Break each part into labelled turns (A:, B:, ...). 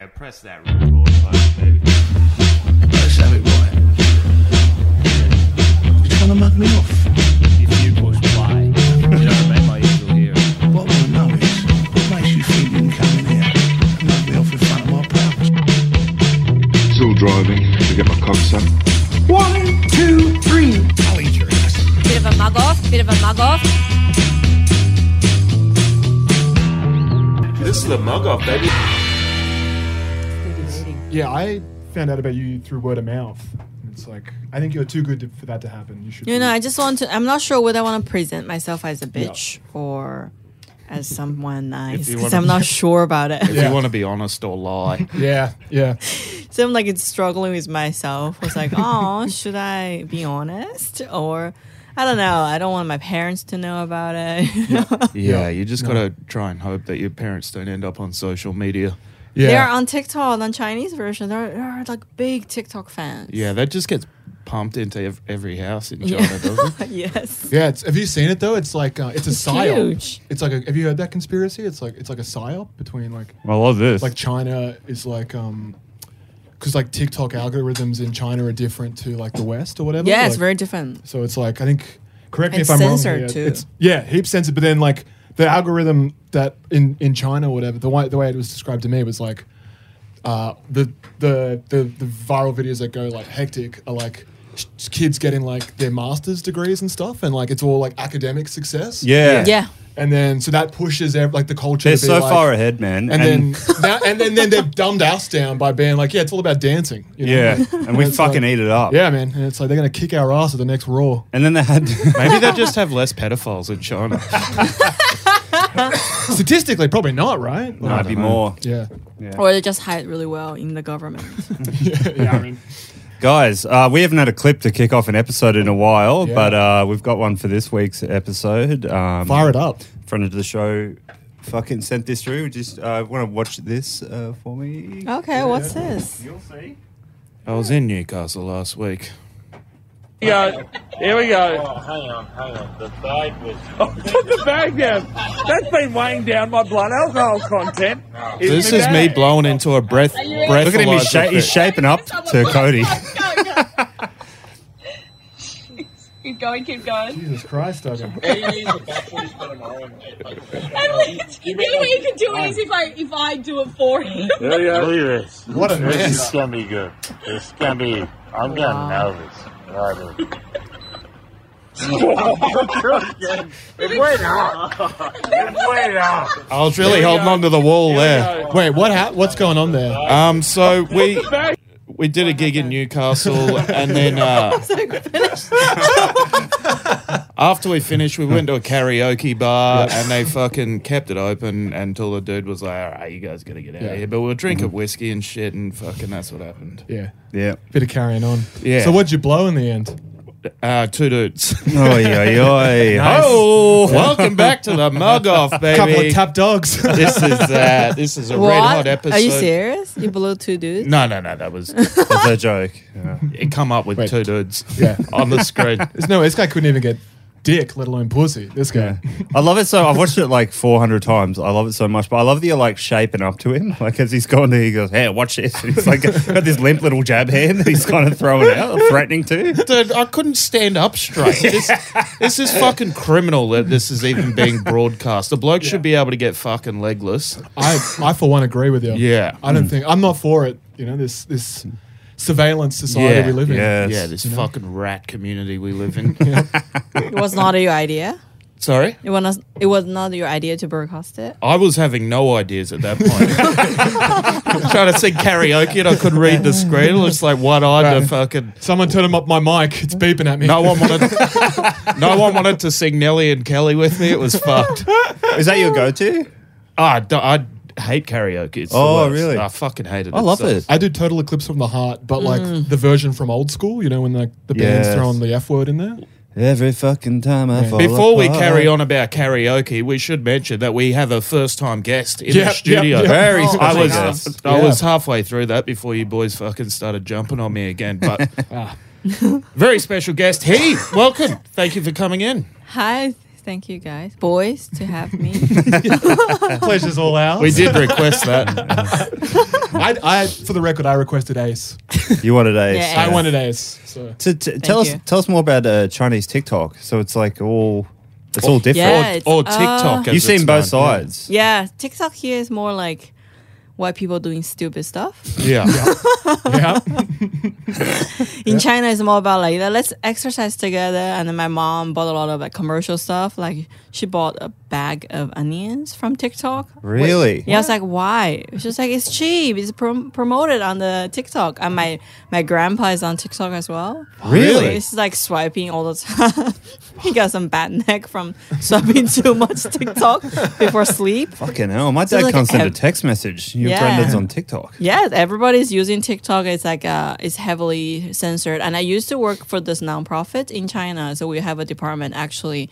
A: Yeah, press that record button, baby.
B: Let's have it right. You're trying to mug me off.
C: If you push play, you know what I mean? My ears will hear.
B: What I want to know is, what makes you think you can come in here and mug me off in front of my pals?
D: Still driving to get my cocks up.
E: Bit of a mug off, bit of a mug off.
F: This is the mug off, baby.
G: Yeah, I found out about you through word of mouth. And It's like I think you're too good to, for that to happen. You should.
H: You know,
G: be-
H: I just want to. I'm not sure whether I want to present myself as a bitch or as someone nice
C: you
H: because
C: wanna
H: I'm not sure about it.
C: If
G: Yeah.
C: you want to be honest or lie,
G: yeah, yeah.
H: so I'm like, it's struggling with myself. It's like, oh, should I be honest or I don't know. I don't want my parents to know about it.
C: yeah,
G: Yeah.
C: you just gotta try and hope that your parents don't end up on social media.
G: Yeah.
H: They're on TikTok, on Chinese version. They're, they're like big TikTok fans.
C: Yeah, that just gets pumped into ev- every house in China,
H: Yeah.
C: doesn't it?
H: yes.
G: yeah, it's, have you seen it though? It's like uh, it's a psyop.
H: huge.
G: It's like a, have you heard that conspiracy? It's like it's like a psyop between like
I: I love this.
G: like China is like um because like TikTok algorithms in China are different to like the West or whatever.
H: Yeah, it's
G: Like,
H: very different.
G: So it's like I think correct me
H: And
G: if I'm wrong.
H: censored
G: yeah,
H: too.
G: It's yeah, heaps censored. But then like the algorithm that in in China or whatever, the way the way it was described to me was like uh, the, the the the viral videos that go like hectic are like sh- kids getting like their master's degrees and stuff, and like it's all like academic success.
I: yeah.
H: Yeah.
G: And then so that pushes ev- like the culture.
I: They're
G: to be,
I: so
G: like-
I: far ahead, man.
G: And, then now, and then then they've dumbed us down by being like, yeah, it's all about dancing. You know?
I: yeah,
G: Like,
I: and we
G: it's
I: fucking
G: like-
I: eat it up.
G: Yeah, man. And it's like they're gonna kick our ass at the next Raw.
I: And then they had
C: Maybe they just have less pedophiles in China.
G: Statistically, probably not, right? Like,
I: might be more.
G: Yeah.
H: Or they just hide really well in the government.
G: yeah, I mean,
I: Guys, uh, we haven't had a clip to kick off an episode in a while,
G: Yeah.
I: but uh, we've got one for this week's episode. Um,
G: fire it up.
I: Friend of the show fucking sent this through. Just uh, want to watch this uh, for me.
H: okay, what's this?
I: You'll see.
C: I was in Newcastle last week.
J: Here we go.
F: Oh, hang on, hang on. The bag was.
J: Put the bag down. That's been weighing down my blood alcohol content.
C: This is me blowing into a breath. breathalyzer
I: Look at him. He's, sha-
C: fit.
I: he's shaping up to Cody.
E: Keep going, keep going.
G: Jesus Christ, Duggan.
E: At least the only way you can do it is if I if I do it for you.
J: There you go.
F: Look at this.
G: What a
F: This
G: mess.
F: is gonna be good. This is gonna be. I'm getting nervous. Right here. it went off. It went off.
C: I was really holding onto the wall there.
G: Wait, what? Ha- what's going on there?
C: Um, so we we did a gig in Newcastle, and then uh, after we finished, we went to a karaoke bar, and they fucking kept it open until the dude was like, "All right, you guys gotta get out
G: Yeah. Mm-hmm.
C: of here." But we were drinking whiskey and shit, and fucking that's what happened.
G: Yeah,
I: Yeah.
G: bit of carrying on.
C: Yeah.
G: So what'd you blow in the end?
C: Uh, two dudes.
I: Oi, oi, oi.
C: Oh, welcome back to the mug off, baby.
G: couple of tap dogs.
C: this is uh, this is a red hot episode.
H: Are you serious? You blew two dudes?
C: No, no, no. That was
I: That's a joke. Yeah.
C: it. Come up with
G: Wait.
C: two dudes
G: Yeah.
C: on the screen.
G: There's no, this guy couldn't even get dick, let alone pussy. This guy.
I: I love it so. I've watched it like 400 times. I love it so much. But I love that you're like shaping up to him. Like as he's gone, he goes, "Hey, watch this." And he's like got this limp little jab hand that he's kind of throwing out, threatening to.
C: Dude, I couldn't stand up straight. This, this is fucking criminal that this is even being broadcast. The bloke should be able to get fucking legless.
G: I, I for one agree with you.
C: Yeah.
G: I don't think I'm not for it. You know this this surveillance society
C: Yeah,
G: we live in.
I: yeah. Yes.
C: yeah, this
G: You know?
C: fucking rat community we live in.
H: It was not your idea.
C: Sorry?
H: It was it was not your idea to broadcast it.
C: I was having no ideas at that point. Trying to sing karaoke and I couldn't read the screen. It was like one eyed to
G: Right.
C: fucking.
G: Someone turn him up my mic. It's beeping at me.
C: No one wanted. no one wanted to sing Nelly and Kelly with me. It was fucked.
I: Is that your go-to?
C: Ah, d I I hate karaoke. It's the
I: Oh,
C: worst.
I: really?
C: I fucking hated it.
I: I love
C: so-
I: it.
G: I do Total Eclipse from the Heart, but like the version from old school, you know, when like the band's
I: Yes.
G: throwing the F word in there.
I: Every fucking time I fall
C: Before we
I: apart.
C: carry on about karaoke, we should mention that we have a first time guest in the
G: Yep,
C: studio.
G: yep, yep.
I: Very
H: Oh,
C: I
I: special
C: was
I: guest.
C: I
G: Yeah.
C: was halfway through that before you boys fucking started jumping on me again. But very special guest. Hey, welcome. Thank you for coming in.
H: Hi, Thank you guys, boys, to have me.
G: Pleasure's all out.
C: We did request that.
G: I, I, for the record, I requested Ace.
I: You wanted Ace.
H: Yeah,
G: I
H: Ace.
G: wanted Ace. So
I: To, to, tell us
H: you.
I: tell us more about uh, Chinese TikTok. So it's like all it's all
H: Yeah,
I: different.
H: it's-
C: Or
H: uh,
C: TikTok. as
I: You've seen
C: it's
I: both
C: known.
I: sides.
H: yeah, TikTok here is more like white people doing stupid stuff.
C: Yeah.
G: yeah,
H: In China, it's more about like let's exercise together. And then my mom bought a lot of like commercial stuff. Like she bought a bag of onions from TikTok.
I: Really?
H: Yeah, I was like, why? She's like, it's cheap. It's prom- promoted on the TikTok. And my my grandpa is on TikTok as well.
I: Really?
H: He's like swiping all the time. he got some bad neck from swiping too much TikTok before sleep.
I: Fucking hell. My
H: So
I: dad
H: like
I: can't send a
H: ev-
I: text message. Your
H: Yeah.
I: granddad's on TikTok.
H: Yes, everybody's using TikTok. It's like uh, it's heavily censored. And I used to work for this nonprofit in China, so we have a department actually.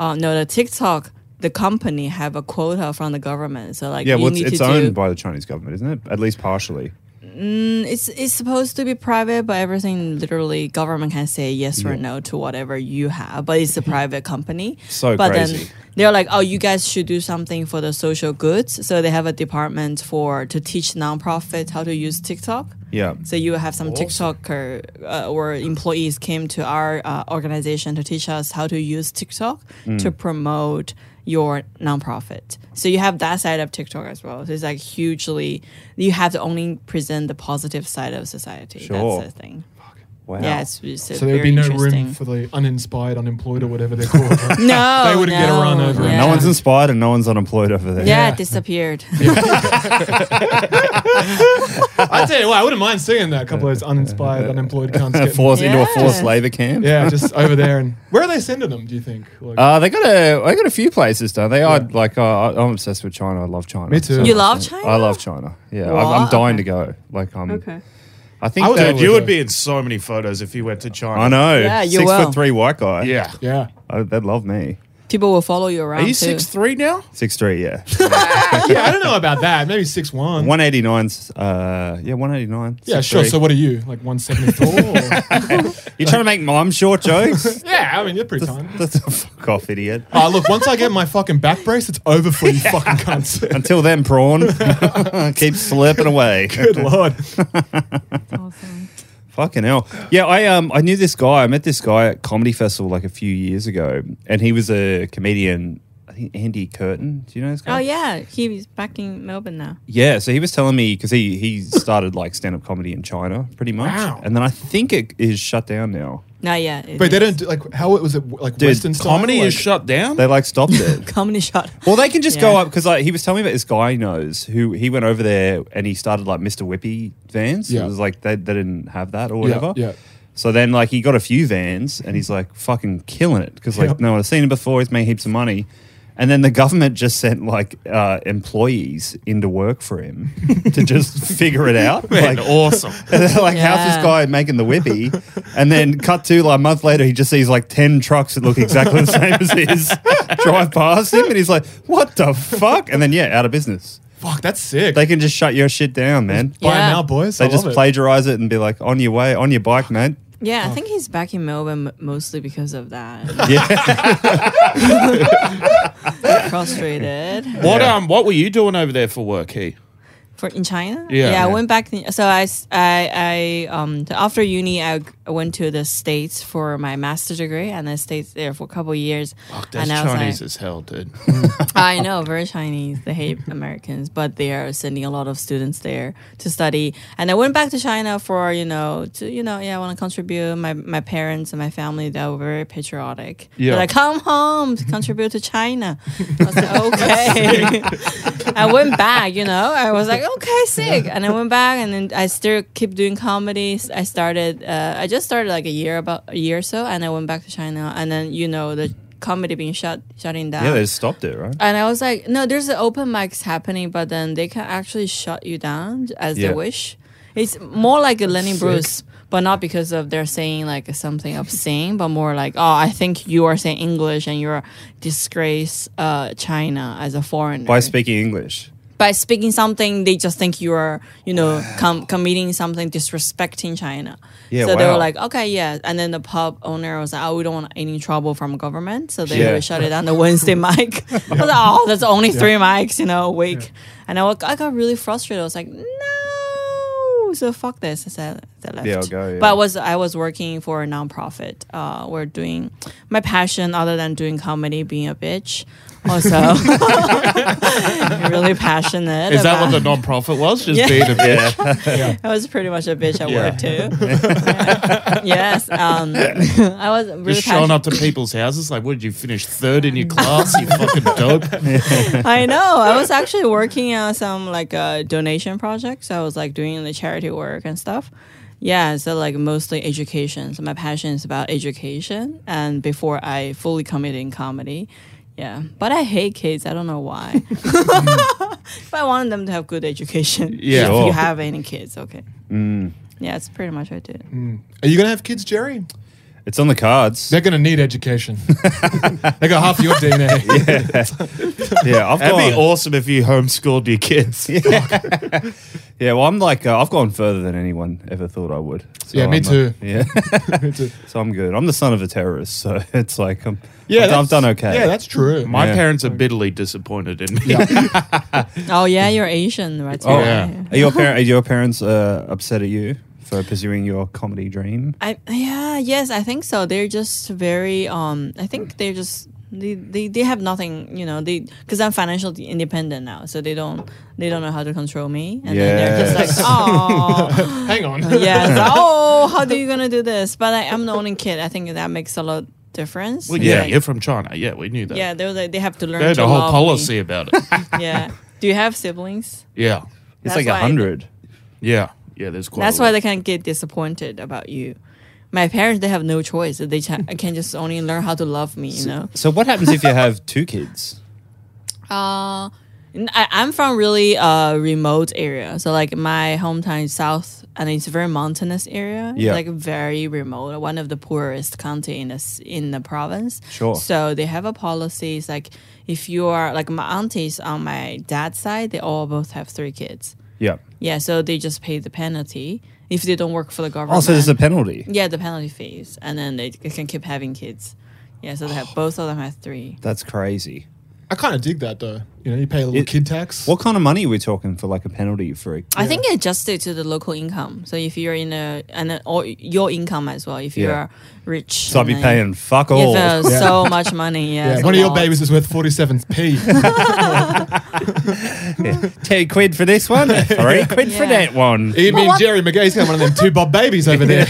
H: Uh, no, the TikTok, the company have a quota from the government. So like,
I: Yeah,
H: you
I: well, it's,
H: need
I: it's
H: to
I: owned
H: do,
I: by the Chinese government, isn't it? At least partially.
H: Mm, it's it's supposed to be private, but everything literally government can say yes or no to whatever you have. But it's a private company.
I: So
H: but
I: crazy.
H: then they're like, oh, you guys should do something for the social goods. So they have a department for to teach nonprofit how to use TikTok.
I: Yeah.
H: So you have some TikToker uh, or employees came to our uh, organization to teach us how to use TikTok
I: Mm.
H: to promote your nonprofit. So you have that side of TikTok as well. So it's like hugely, you have to only present the positive side of society.
I: Sure.
H: That's the thing.
I: Wow.
H: Yeah, it's, it's
G: so
H: very
G: there'd be no
H: interesting.
G: room for the uninspired, unemployed, or whatever they're called.
H: no,
G: They wouldn't get a run
H: no,
G: over it.
H: Yeah.
I: No one's inspired and no one's unemployed over there.
H: um, yeah, it disappeared.
G: I tell you what, I wouldn't mind seeing that. A couple of those uninspired, unemployed cunts. Getting,
I: Forced into a forced
H: Yeah.
I: labor camp.
G: Yeah, just over there. And where are they sending them? Do you think? Like,
I: Uh, they got a they got a few places, don't they? I like uh, I- I'm obsessed with China. I love China.
G: Me too.
H: You love China?
I: I love China. Yeah, I'm, I'm
H: Wow.
I: dying to go. Like I'm. I think
G: I was
I: that
G: over
C: Dude, you
G: there.
C: would be in so many photos if you went to China.
I: I know.
H: Yeah, you
I: six
H: will.
I: foot three white guy.
C: Yeah.
G: yeah,
I: I, they'd love me.
H: People will follow you around.
C: Are you
H: too.
C: six three now?
I: Six three. Yeah.
G: yeah. I don't know about that. Maybe six one.
I: One eighty nine's. Uh, yeah, one eighty nine.
G: yeah, sure. So what are you? Like one seventy four?
I: you're trying to make mom short jokes?
G: Yeah, I mean you're pretty tiny.
I: That's a fuck off, idiot.
G: Oh, look, once I get my fucking back brace, it's over for you fucking cunts.
I: Until then, prawn keeps slipping away.
G: Good lord.
H: Awesome.
I: Fucking hell. Yeah, I um I knew this guy. I met this guy at comedy festival like a few years ago, and he was a comedian. I think Andy Curtin. Do you know this guy?
H: Oh, yeah. He's back in Melbourne now.
I: Yeah, so he was telling me because he he started like stand up comedy in China, pretty much.
G: Wow.
I: And then I think it is shut down now.
H: Not yet. it
G: But they
H: is.
G: don't do, like how was it like
I: Dude,
G: Western style?
C: Comedy
G: like,
C: is shut down.
I: They like stopped it.
H: Comedy shot.
I: Well, they can just go
H: Yeah.
I: up because like, he was telling me about this guy he knows who he went over there and he started like Mr. Whippy vans.
G: Yeah.
I: It was like they, they didn't have that or
G: Yeah,
I: whatever.
G: yeah.
I: So then like he got a few vans and he's like fucking killing it because like
G: Yep.
I: no one has seen him before. He's made heaps of money. And then the government just sent like uh, employees into work for him to just figure it out.
C: Man,
I: like,
C: awesome.
I: and they're like, how's
H: Yeah.
I: this guy making the whippy? And then cut to like a month later, he just sees like 10 trucks that look exactly the same as his drive past him. And he's like, what the fuck? And then, yeah, out of business.
G: Fuck, that's sick.
I: They can just shut your shit down, man.
G: Buy 'em
H: Yeah.
G: now, boys.
I: They
G: I
I: just
G: love it.
I: plagiarize it and be like, on your way, on your bike, mate.
H: Yeah,
C: Oh.
H: I think he's back in Melbourne m- mostly because of that.
I: Yeah.
H: Frustrated
C: What um what were you doing over there for work, he?
H: for in China.
C: Yeah.
H: I went back. th- so I, s- I, I, um, t- after uni, I g- went to the states for my master's degree, and I stayed there for a couple years.
C: That's
H: and I was
C: Chinese
H: like,
C: as hell, dude.
H: I know, very Chinese. They hate Americans, but they are sending a lot of students there to study. And I went back to China for, you know, to, you know, yeah, I want to contribute. My, my parents and my family, they were very patriotic.
C: Yeah.
H: They're like, come home to contribute to China. I was like, okay. I went back, you know, I was like, okay, sick. And I went back and then I still keep doing comedy. I started, uh, I just started like a year, about a year or so. And I went back to China and then, you know, the comedy being shut, shutting down.
I: yeah, they just stopped it, right?
H: And I was like, no, there's an open mics happening, but then they can actually shut you down as
I: Yeah.
H: they wish. It's more like a Lenny Bruce, but not because of they're saying like something obscene, but more like, oh, I think you are saying English and you're disgrace uh, China as a foreigner
I: By speaking English.
H: by speaking something, they just think you are, you know, com- committing something disrespecting China.
I: Yeah,
H: so they
I: wow.
H: were like, okay, yeah. And then the pub owner was like, oh, we don't want any trouble from government. So they
I: Yeah.
H: really shut it down the Wednesday mic. I was like, oh, that's only three mics, you know, a week. And I, wa- I got really frustrated. I was like, no. So fuck this. I said, I left.
I: Yeah, I'll go, yeah.
H: But I was I was working for a nonprofit. Uh, we're doing my passion other than doing comedy, being a bitch. Also, really passionate.
C: Is that
H: about-
C: what the non-profit was? Just
H: Yeah.
C: being a bitch.
H: I was pretty much a bitch at
C: Yeah.
H: work too. yes, um, I was really
C: Just showing
H: passionate.
C: up to people's houses. Like, what did you finish third in your class? You fucking dope.
H: I know. I was actually working on some like uh, donation projects. I was like doing the charity work and stuff. Yeah, so like mostly education. So my passion is about education. And before I fully committed in comedy, yeah. But I hate kids. I don't know why. but I wanted them to have good education.
C: Yeah.
H: if
I: Sure.
H: you have any kids, okay. Yeah, it's pretty much what I did.
G: Are you gonna have kids, Jerry?
I: It's on the cards.
G: They're gonna need education. they got half your DNA.
I: Yeah, I've
A: That'd be
I: gone.
A: awesome if you homeschooled your kids.
I: Yeah, well, I'm like uh, I've gone further than anyone ever thought I would. So
G: Yeah, me
I: I'm, uh,
G: too.
I: yeah, so I'm good. I'm the son of a terrorist, so it's like I'm. Yeah, I've, done- I've done okay.
G: Yeah, that's true.
C: My
I: Yeah.
C: parents are bitterly disappointed in me.
H: Oh yeah, you're Asian, right?
I: Oh,
C: Yeah.
I: Are your parent? Are your parents uh, upset at you for pursuing your comedy dream?
H: I yeah, yes, I think so. They're just very um I think they're just they, they, they have nothing, you know, they because I'm financially independent now, so they don't they don't know how to control me. And then they're just like, Oh
G: Hang on.
H: yeah, it's like, oh how do you gonna do this? But I, I'm the only kid. I think that makes a lot difference.
C: Well, yeah,
H: Like,
C: you're from China. Yeah, we knew that.
H: yeah, they were like, they have to learn
C: they had
H: to
C: a whole
H: love
C: policy
H: me.
C: about it.
H: Yeah. Do you have siblings?
C: yeah,
I: It's
H: That's
I: like
H: why
I: a
H: I-
I: hundred.
C: yeah, yeah. There's quite.
H: That's
C: a lot.
H: why they can get disappointed about you. My parents, they have no choice. They cha- can just only learn how to love me, you know.
I: So what happens if you have two kids?
H: Uh, n- I, am from really uh remote area, so like my hometown is south, and it's very mountainous area. It's
I: Yeah.
H: like very remote, one of the poorest county in the s- in the province.
I: Sure.
H: So they have a policy. It's like if you are like my aunties on my dad's side, they all both have three kids.
I: Yeah.
H: Yeah, so they just pay the penalty if they don't work for the government.
I: Oh, so there's a penalty.
H: yeah, the penalty fees, and then they, they can keep having kids. Yeah, so they have both of them have three.
I: That's crazy.
G: I kind of dig that though. You know, you pay a little
I: It-
G: kid tax.
I: What kind of money are we talking for, like a penalty for? A,
H: I think adjusted to the local income. So if you're in a and a, or your income as well, if
I: Yeah.
H: you're rich,
I: so I'd be
H: and then
I: paying fuck
H: you
I: all.
H: have, uh, so much money. Yeah,
G: yeah,
H: it's
G: one
H: a
G: of your
H: lot.
G: babies is worth 47p.
I: Ten quid for this one, three quid for
H: Yeah.
I: that one.
G: you mean Jerry McGee's got one of them two bob babies over there.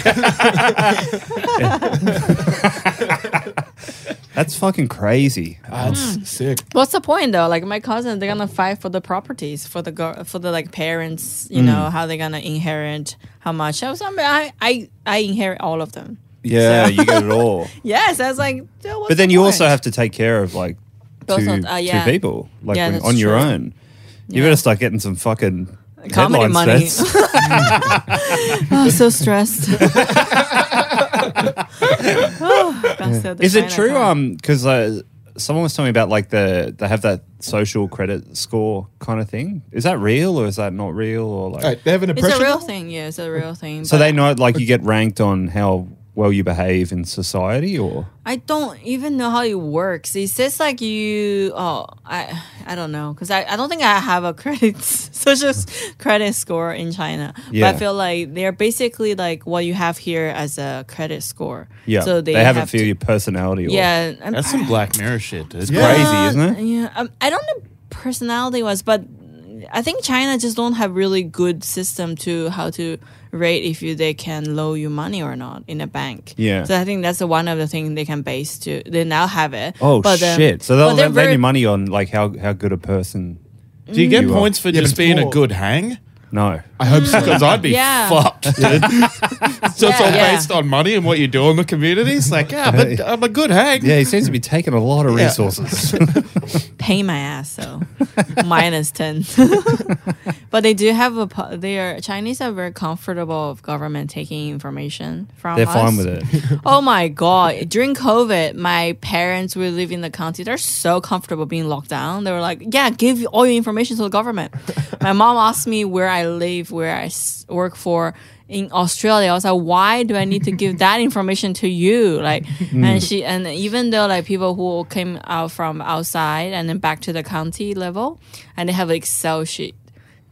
I: That's fucking crazy.
G: Ah,
H: Hmm.
G: That's sick.
H: What's the point though? Like my cousin, they're gonna fight for the properties for the go- for the like parents. You know
I: Mm.
H: how they're gonna inherit how much. I was I mean, I I, I inherit all of them.
I: Yeah, you get it all.
H: Yes, I was like.
I: But then you also have to take care of like
H: Both
I: two,
H: of- uh, yeah.
I: two people, like
H: Yeah,
I: when-
H: that's
I: on your
H: true.
I: own. You better start getting some fucking
H: comedy
I: headline
H: money.
I: stats.
H: oh, so stressed. Oh, that's the
I: Is it
H: China
I: true?
H: part.
I: Um, because uh, someone was telling me about like the they have that social credit score kind of thing. Is that real or is that not real or like?
G: All right, they have an
H: It's
G: oppression.
H: a real thing. Yeah, it's a real thing.
I: So
H: but
I: they know like you get ranked on how well you behave in society or
H: I don't even know how it works. It says like you. Oh, I I don't know because I, I don't think I have a credit social s- credit score in China. But
I: Yeah.
H: I feel like they're basically like what you have here as a credit score.
I: yeah.
H: So they,
I: have, it
H: have
I: for
H: to-
I: your personality. Or,
H: Yeah, I'm
C: That's some Black Mirror shit, dude.
I: Yeah. crazy, isn't it?
H: Yeah, um, I don't know personality wise, but I think China just don't have really good system to how to rate if you they can loan you money or not in a bank.
I: Yeah.
H: So I think that's the one of the things they can base to. They now have it.
I: Oh
H: um,
I: shit! so they'll
H: but
I: they'll
H: they're
I: lend
H: very-
I: you money on like how how good a person.
C: Do you get
I: You are-
C: points for
G: Yeah, but
C: just
G: it's
C: being a
G: more-
C: good hang?
I: No.
C: I hope so. Because I'd be
H: Yeah.
C: fucked, dude. so it's
H: Yeah,
C: all
H: yeah.
C: based on money and what you do in the community. It's like, yeah, but I'm a good hang.
I: Yeah, he seems to be taking a lot of
C: Yeah.
I: resources.
H: Pay my ass, so minus ten. but they do have a. po- They are Chinese are very comfortable of government taking information from.
I: They're
H: us.
I: fine with it.
H: Oh my god! During COVID, my parents were living in the county. They're so comfortable being locked down. They were like, "Yeah, give all your information to the government." my mom asked me where I live, where I s- work for in Australia. I was like, "Why do I need to give that information to you?" Like, and she and even though like people who came out from outside and then back to the county level, and they have an Excel sheet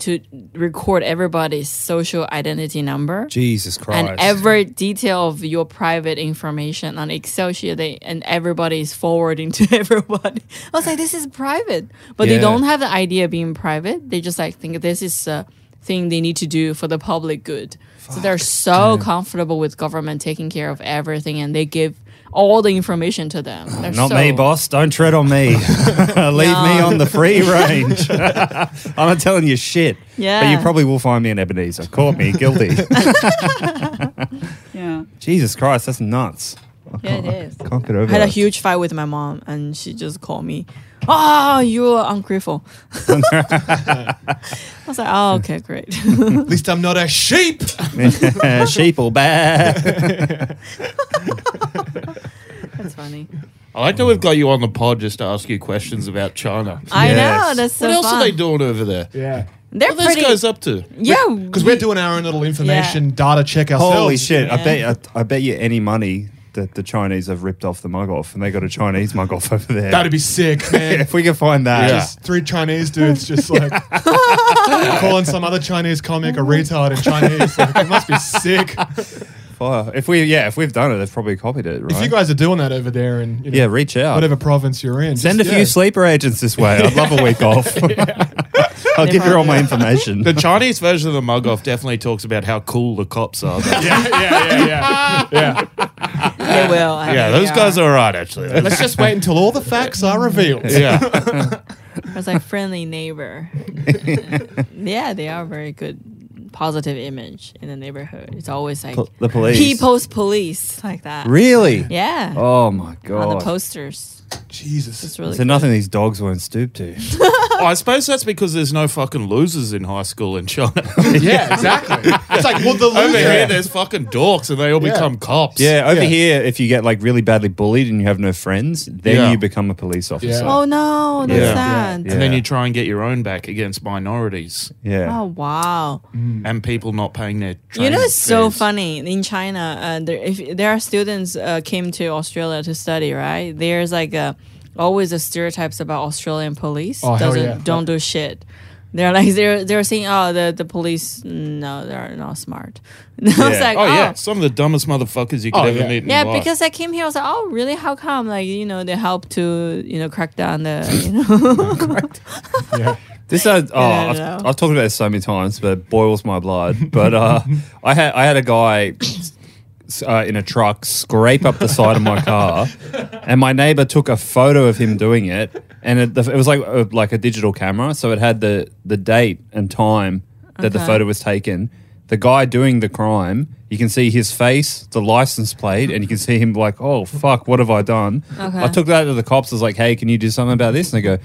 H: to record everybody's social identity number
I: Jesus Christ.
H: and every detail of your private information on Excel sheet, they, and everybody is forwarding to everybody. I was like, this is private, but
I: Yeah.
H: they don't have the idea of being private. They just like think this is a thing they need to do for the public good. so they're so comfortable with government taking care of everything, and they give all the information to them. They're
I: Not
H: so-
I: me, boss. Don't tread on me. Leave me on the free range. I'm not telling you shit. But you
H: Yeah.
I: probably will find me in Ebenezer. Caught me guilty.
E: Yeah.
I: Jesus Christ, that's nuts.
H: Yeah, it is.
I: Can't get over
H: I had a
I: that.
H: huge fight with my mom, and she just called me, "Oh, you are ungrateful." I was like, "Oh, okay, great."
G: At least I'm not a sheep.
I: Sheep or bear.
H: That's funny.
C: I like that we've got you on the pod just to ask you questions about China.
H: I know
I: Yes.
H: Oh, that's so
C: what else
H: fun.
C: are they doing over there?
G: Yeah.
H: They're
C: What are
H: pretty.
C: these guys up to?
H: yeah,
G: Because we're doing our own little information data check ourselves.
I: Holy shit. I
H: Yeah.
I: bet I, I bet you any money that the Chinese have ripped off the mug off and they got a Chinese mug off over there.
G: That'd be sick, man.
I: if we could find that.
G: Just three Chinese dudes just like calling some other Chinese comic a retard in Chinese. Like, it must be sick.
I: Fire. If we yeah, if we've done it, they've probably copied it, right?
G: If you guys are doing that over there and you know,
I: yeah, reach out.
G: whatever province you're in,
I: Send a
G: just-
I: few
G: yeah.
I: sleeper agents this way. I'd love a week off. I'll give you all my information.
C: The Chinese version of the mug off definitely talks about how cool the cops are. though.
G: yeah, yeah, yeah, yeah.
H: they will. I
C: yeah,
H: mean,
C: those
H: they
C: guys
H: are.
C: are all right, actually.
G: Let's just wait until all the facts are revealed.
C: yeah.
H: It's like friendly neighbor. yeah, they are very good. Positive image in the neighborhood. It's always like
I: Po- the police.
H: people's police like that.
I: Really?
H: Yeah.
I: Oh my
H: On the
I: god.
H: posters.
G: Jesus.
H: It's really.
I: so nothing these dogs won't stoop to.
C: Well, I suppose that's because there's no fucking losers in high school in China.
G: Yeah, exactly. It's like, well, the
C: Over
G: loser.
C: here, there's fucking dorks and they all
G: Yeah.
C: become cops.
I: Yeah, over
G: Yeah.
I: here, if you get like really badly bullied and you have no friends, then
C: Yeah.
I: you become a police officer.
G: Yeah.
H: Oh no, that's
C: Yeah.
H: sad.
I: Yeah.
C: And then you try and get your own back against minorities
I: Yeah.
H: Oh wow.
C: and people not paying their.
H: You know,
C: training
H: it's so
C: fees.
H: funny in China. Uh, there, if there are students uh, came to Australia to study, right? There's like a, always a stereotypes about Australian police
G: Oh, hell
H: doesn't
G: yeah.
H: don't do shit. They're like they're they're saying oh the the police no they're not smart. I was
I: Yeah.
H: like
C: Oh,
H: oh,
C: yeah, some of the dumbest motherfuckers you could
G: Oh,
C: ever
G: yeah.
C: meet. In
H: Yeah,
C: life.
H: because I came here, I was like, oh, really? How come? Like, you know, they help to, you know, crack down the, you know.
I: This uh, oh,
H: I
I: I've,
H: know.
I: I've talked about this so many times, but it boils my blood. But uh, I had I had a guy s- uh, in a truck scrape up the side of my car, and my neighbor took a photo of him doing it, and it, the- it was like a, like a digital camera, so it had the the date and time that the
H: Okay.
I: photo was taken. The guy doing the crime, you can see his face, the license plate, and you can see him like, oh fuck, what have I done? I took that to the cops. I was like, hey, can you do something about this? And they go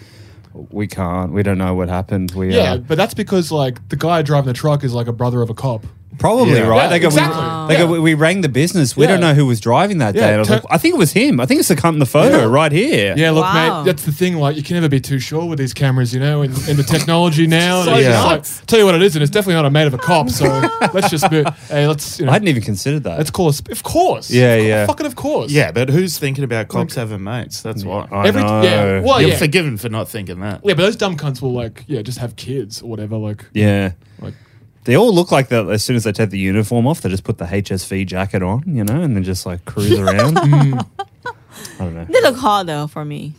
I: we can't. We don't know what happened. We
G: Yeah,
I: uh,
G: but that's because like the guy driving the truck is like a brother of a cop.
I: probably
C: Yeah.
I: right.
G: Yeah,
I: they go,
G: exactly.
I: we, they go, we, we rang the business. We
G: Yeah.
I: don't know who was driving that
G: Yeah,
I: day. And I was
G: tur-
I: like, I think it was him. I think it's the cunt in the photo
G: Yeah.
I: right here.
G: Yeah, look,
H: Wow.
G: mate, that's the thing. Like, you can never be too sure with these cameras, you know, and, and the technology now. and
C: So
G: it's just
C: nuts.
G: like, tell you what it is, and it's definitely not a mate of a cop. So let's just, be, hey, let's, you
I: I
G: know,
I: hadn't even considered that.
G: let's call us. Of course.
I: Yeah,
G: Of cour-
I: yeah.
G: Fucking of course.
C: Yeah, but who's thinking about cops having mates? That's why.
I: I
G: every-
I: know.
G: yeah, well-
C: You're
G: yeah.
C: forgiven for not thinking that.
G: Yeah, but those dumb cunts will like, yeah, just have kids or whatever. Like,
I: yeah.
G: like
I: They all look like that as soon as they take the uniform off. They just put the HSV jacket on, you know, and then just like cruise around. I
G: Mm.
I: don't know.
H: they look hot though for me.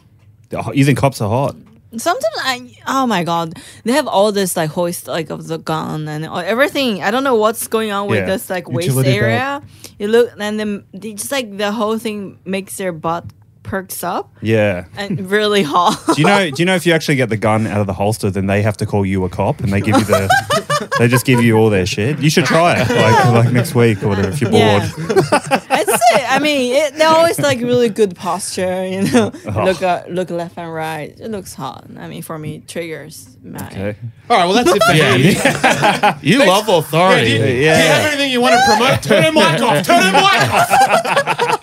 I: Oh, You think cops are hot?
H: Sometimes I, oh my god, they have all this like hoist like of the gun and all, everything. I don't know what's going on with
I: Yeah.
H: this like waist
G: Utility
H: area. You look and then they just like the whole thing makes their butt perks up
I: Yeah.
H: and really hard.
I: Do you know? Do you know if you actually get the gun out of the holster, then they have to call you a cop, and they give you the, they just give you all their shit. You should try it, like like next week or whatever, if you're bored.
H: Yeah. That's it. I mean, it, they're always like really good posture, you know. Look, uh, look left and right. It looks hot. I mean, for me, triggers matter.
I: Okay.
C: All right, well, that's it for you. you love authority. Yeah, yeah.
G: anything you want to promote? Turn it mic off. Turn it mic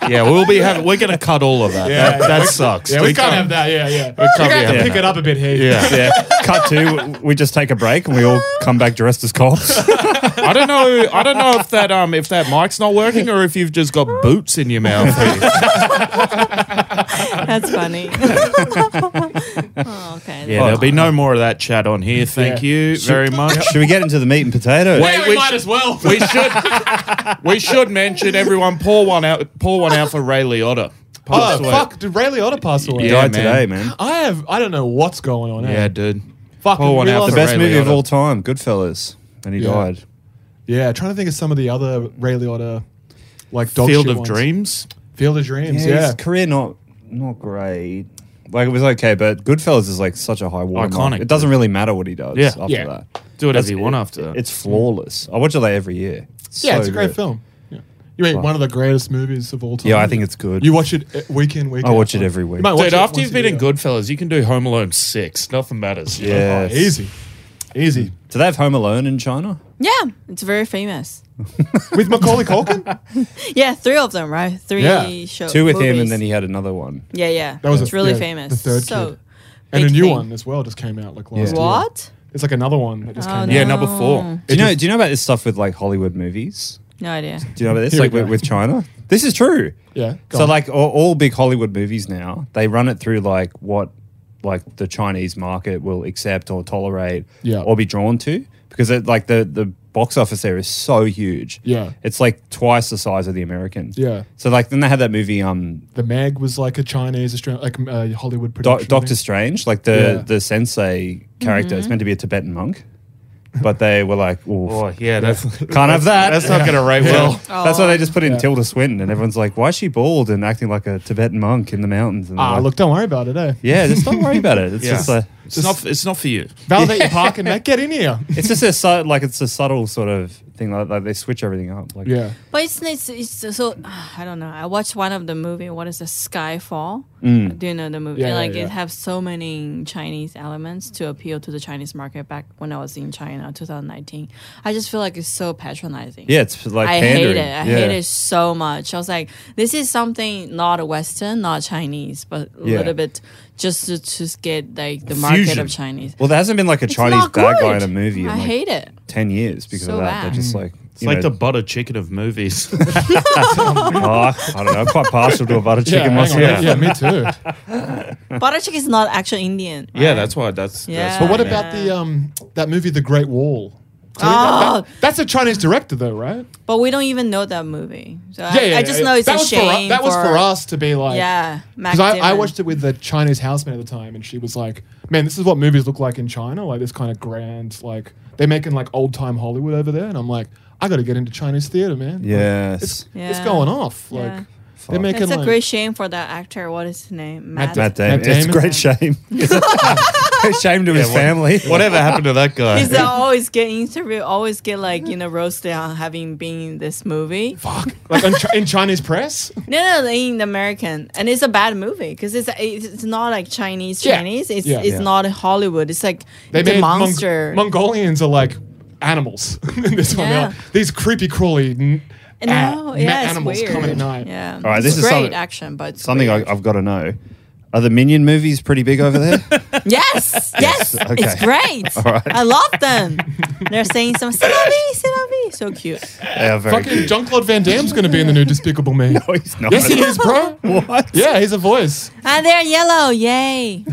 G: off.
C: we'll be having, we're going to cut all of that.
G: Yeah.
C: that, that sucks.
G: Yeah, we can't have that. Yeah, yeah. We
C: can't
G: gotta
C: be
G: have to
C: having
G: pick it up a bit here.
C: Yeah.
I: Yeah. Cut to we just take a break and we all come back dressed as cops.
C: I don't know. I don't know if that um if that mic's not working or if you've just got boots in your mouth.
H: That's funny. oh, okay.
I: Yeah.
C: Oh, there'll be no more of that chat on here. Thank
G: Yeah.
C: you very much.
I: Should we get into the meat and potatoes?
C: Wait, we, might as well. We should. we should mention everyone. Pour one out. Pour one out for Ray Liotta.
G: Oh
C: Passed away.
G: fuck! Did Rayleigh Otter pass away?
I: He
C: Yeah,
I: died
C: man.
I: today, man.
G: I have. I don't know what's going on. eh?
C: Yeah, dude.
G: Fucking
C: Pour one out
G: real-
C: for
I: The best
C: Ray
I: movie of
C: Liotta.
I: all time, Goodfellas, and he
G: Yeah.
I: died.
G: Yeah, trying to think of some of the other Rayleigh Otter, like dog
C: Field
G: shit
C: of
G: ones.
C: Dreams.
G: Field of Dreams.
I: Yeah,
G: Yeah,
I: his career not not great. Like it was okay, but Goodfellas is like such a high watermark.
C: Iconic,
I: It doesn't really matter what he does
C: Yeah.
I: after
G: Yeah.
I: that.
C: Do whatever
I: That's-
C: you want after that.
I: It's flawless. I watch it like every year.
G: yeah,
I: so
G: it's a great
I: good.
G: film. Yeah. You mean one of the greatest movies of all time?
I: Yeah, I think it's good.
G: You watch it eh, week in, week
I: I
G: out.
I: watch it every week.
G: You might watch
C: Dude,
G: it
C: after
G: once
C: you've
G: a
C: been in
G: year. Oh,
C: Goodfellas, you can do Home Alone six. Nothing matters. you know?
I: Yes.
G: Easy. Easy.
I: Do they have Home Alone in China?
H: Yeah, it's very famous.
G: With Macaulay Culkin?
H: Yeah, three of them, right? Three
G: Yeah.
H: shows.
I: Two with him, and then he had another one.
H: Yeah, yeah.
G: was
H: it's
G: a-
H: really
G: yeah,
H: famous.
G: the third
H: so
G: kid. and a
H: big
G: new
H: thing.
G: one as well just came out like last year.
H: What? Oh,
G: It's like another one that just came
C: Yeah,
G: out.
C: number four.
I: Do you know? Do you know about this stuff with like Hollywood movies?
H: No idea.
I: Do you know about this?
G: Here we
I: Like with,
G: go.
I: with China, this is true.
G: Yeah. go
I: So
G: on.
I: like all, all big Hollywood movies now, they run it through like what like the Chinese market will accept or tolerate
G: Yeah.
I: or be drawn to because it, like the the box office there is so huge.
G: Yeah.
I: It's like twice the size of the American.
G: Yeah.
I: So like then they had that movie um
G: The Meg was like a Chinese Australian like uh, Hollywood
I: Do-
G: production.
I: Doctor Strange, like the
G: Yeah.
I: the sensei character is meant to be a Tibetan monk. But they were like, Oof,
C: Oh yeah, that's
I: can't have that.
C: that's not going to rate well.
I: That's why they just put in Tilda Swinton, and everyone's like, "Why is she bald and acting like a Tibetan monk in the mountains?" And they're
G: Ah,
I: like,
G: look, don't worry about it, eh?
I: Yeah, just don't worry about it. It's
C: Yeah.
I: just a,
C: It's not. It's not for you.
G: Validate your parking, mate. Get in here.
I: it's just a su- like it's a subtle sort of thing. Like, like they switch everything up. Like
G: Yeah.
H: But it's, it's, it's so I don't know. I watched one of the movie. What is the Skyfall?
I: Mm.
H: Do you know the movie?
G: Yeah,
H: And,
G: yeah,
H: like
G: yeah.
H: it have so many Chinese elements to appeal to the Chinese market. Back when I was in China, 2019, I just feel like it's so patronizing.
I: yeah, it's like
H: I hate
I: pandering.
H: it. I
I: yeah.
H: hate it so much. I was like, this is something not Western, not Chinese, but a
I: Yeah.
H: little bit just to just get like the market
C: Fusion.
H: of Chinese.
I: Well, there hasn't been like a
H: It's
I: Chinese
H: not
I: bad guy
H: good.
I: in a movie in
H: I
I: like
H: hate it.
I: ten years because
H: So
I: of that.
H: bad.
I: They're just like
C: It's like the butter chicken of movies.
I: ah, I don't know. I'm quite partial to a butter
G: Yeah,
I: chicken
G: hang on.
I: myself.
G: yeah. me too.
H: Butter chicken is not actually Indian.
C: yeah, that's why. That's.
H: Yeah.
C: that's
G: But
C: why, man.
G: what about the um that movie The Great Wall? So
H: Oh.
G: that- that- that's a Chinese director though, right?
H: But we don't even know that movie. So
G: Yeah,
H: I,
G: yeah.
H: I just
G: yeah.
H: know it's
G: that
H: a
G: was For,
H: shame.
G: u- that was for us to be like,
H: Yeah, Mac
G: Because I, I
H: Dillon.
G: watched it with the Chinese housemate at the time, and she was like, "Man, this is what movies look like in China. Like this kind of grand, like they're making like old time Hollywood over there." And I'm like, "I got to get into Chinese theater, man. Like,
I: Yes.
G: it's
H: Yeah.
G: going off. Like
H: Yeah.
G: they're making
H: It's a
G: like
H: great shame for that actor. What is his name? Matt.
I: Matt Damon.
G: Matt
I: It's a
G: Damon.
I: great shame. It's a great shame to his family.
C: Whatever happened to that guy?
H: He's always get interviewed, always get like you know roasted on having been in this movie.
G: like in, Chi- in Chinese press.
H: No, no, in American, and it's a bad movie because it's it's it's not like Chinese
G: Yeah.
H: Chinese. It's
G: Yeah.
H: it's
G: Yeah.
H: not Hollywood. It's like
G: They
H: it's
G: made
H: a
G: Mong-
H: monster.
G: Mongolians are like animals in this one. They're
H: Yeah.
G: like, These creepy crawly. n-
H: And
G: ah,
H: no, yeah,
G: ma-
H: it's
G: animals
H: weird.
G: coming at night.
H: Yeah, all
I: right, this is
H: great
I: something-
H: action, but it's
I: Something I,
H: weird.
I: I've got to know. Are the Minion movies pretty big over there?
H: Yes, yes, it's great. I love them. They're saying some "Silabi, Silabi," so cute.
I: they are very.
G: Fucking Jean Claude Van Damme's going to be in the new Despicable Me.
I: No, he's not.
G: Yes, he is, bro.
I: What?
G: Yeah, he's a voice.
H: And Ah, they're yellow, yay!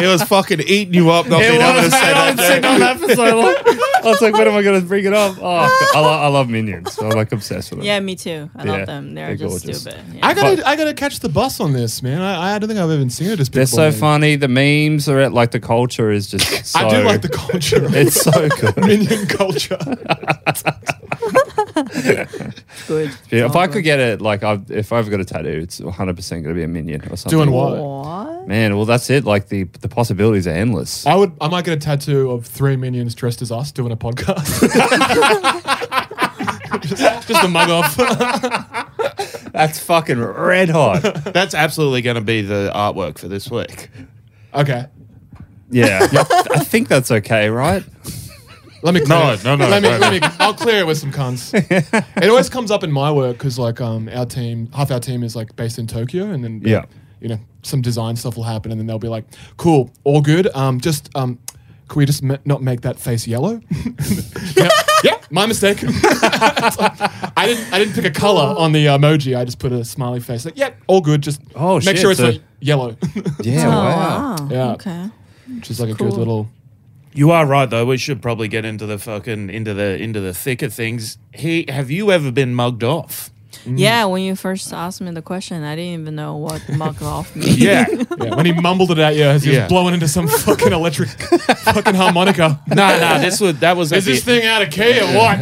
C: He was fucking eating you up. Not being able to say that. joke.
I: I was like, when am I going to bring it up? Oh, I, lo- I love Minions. So I'm like obsessed with them.
H: Yeah, me too. I
I: Yeah,
H: love them. They're,
I: they're
H: just
I: gorgeous.
H: stupid. Yeah.
G: I gotta, I gotta catch the bus on this, man. I, I don't think I've even seen a
I: They're
G: Despicable
I: so
G: Me.
I: funny. The memes are at like the culture is just. So,
G: I do like the culture.
I: It's so good.
G: Minion culture.
H: Good.
I: Yeah, if I could get it, like, i if I've got a tattoo, it's 100 percent going to be a minion or something.
G: Doing what?
H: What?
I: Man, well, that's it. Like the the possibilities are endless.
G: I would. I might get a tattoo of three minions dressed as us doing a podcast. just, just a mug off.
I: That's fucking red hot.
C: That's absolutely going to be the artwork for this week.
G: Okay.
I: yeah, I think that's okay, right?
G: Let me clear.
C: No,
G: it.
C: no, no,
G: Let me,
C: no,
G: let me. I'll clear it with some cunts. it always comes up in my work because like um our team, half our team is like based in Tokyo, and then
I: Yeah.
G: you know some design stuff will happen, and then they'll be like, cool, all good. Um, just um, can we just ma- not make that face yellow? yeah, yeah, my mistake. It's like, I didn't. I didn't pick a color on the emoji. I just put a smiley face. Like, yeah, all good. Just
I: Oh,
G: make
I: shit,
G: sure it's
I: so-
G: not yellow.
I: Yeah,
H: Oh,
I: wow.
H: wow.
G: Yeah.
H: Okay.
G: Which is like a
H: cool.
G: good little.
C: You are right though. We should probably get into the fucking into the into the thick of things. He, have you ever been mugged off?
G: Mm.
H: Yeah, when you first asked me the question, I didn't even know what mug off means.
C: Yeah.
G: Yeah, when he mumbled it at you as he
C: Yeah.
G: was blowing into some fucking electric fucking harmonica.
C: no, no. This was that was at
G: Is this
C: the,
G: thing out of key or what?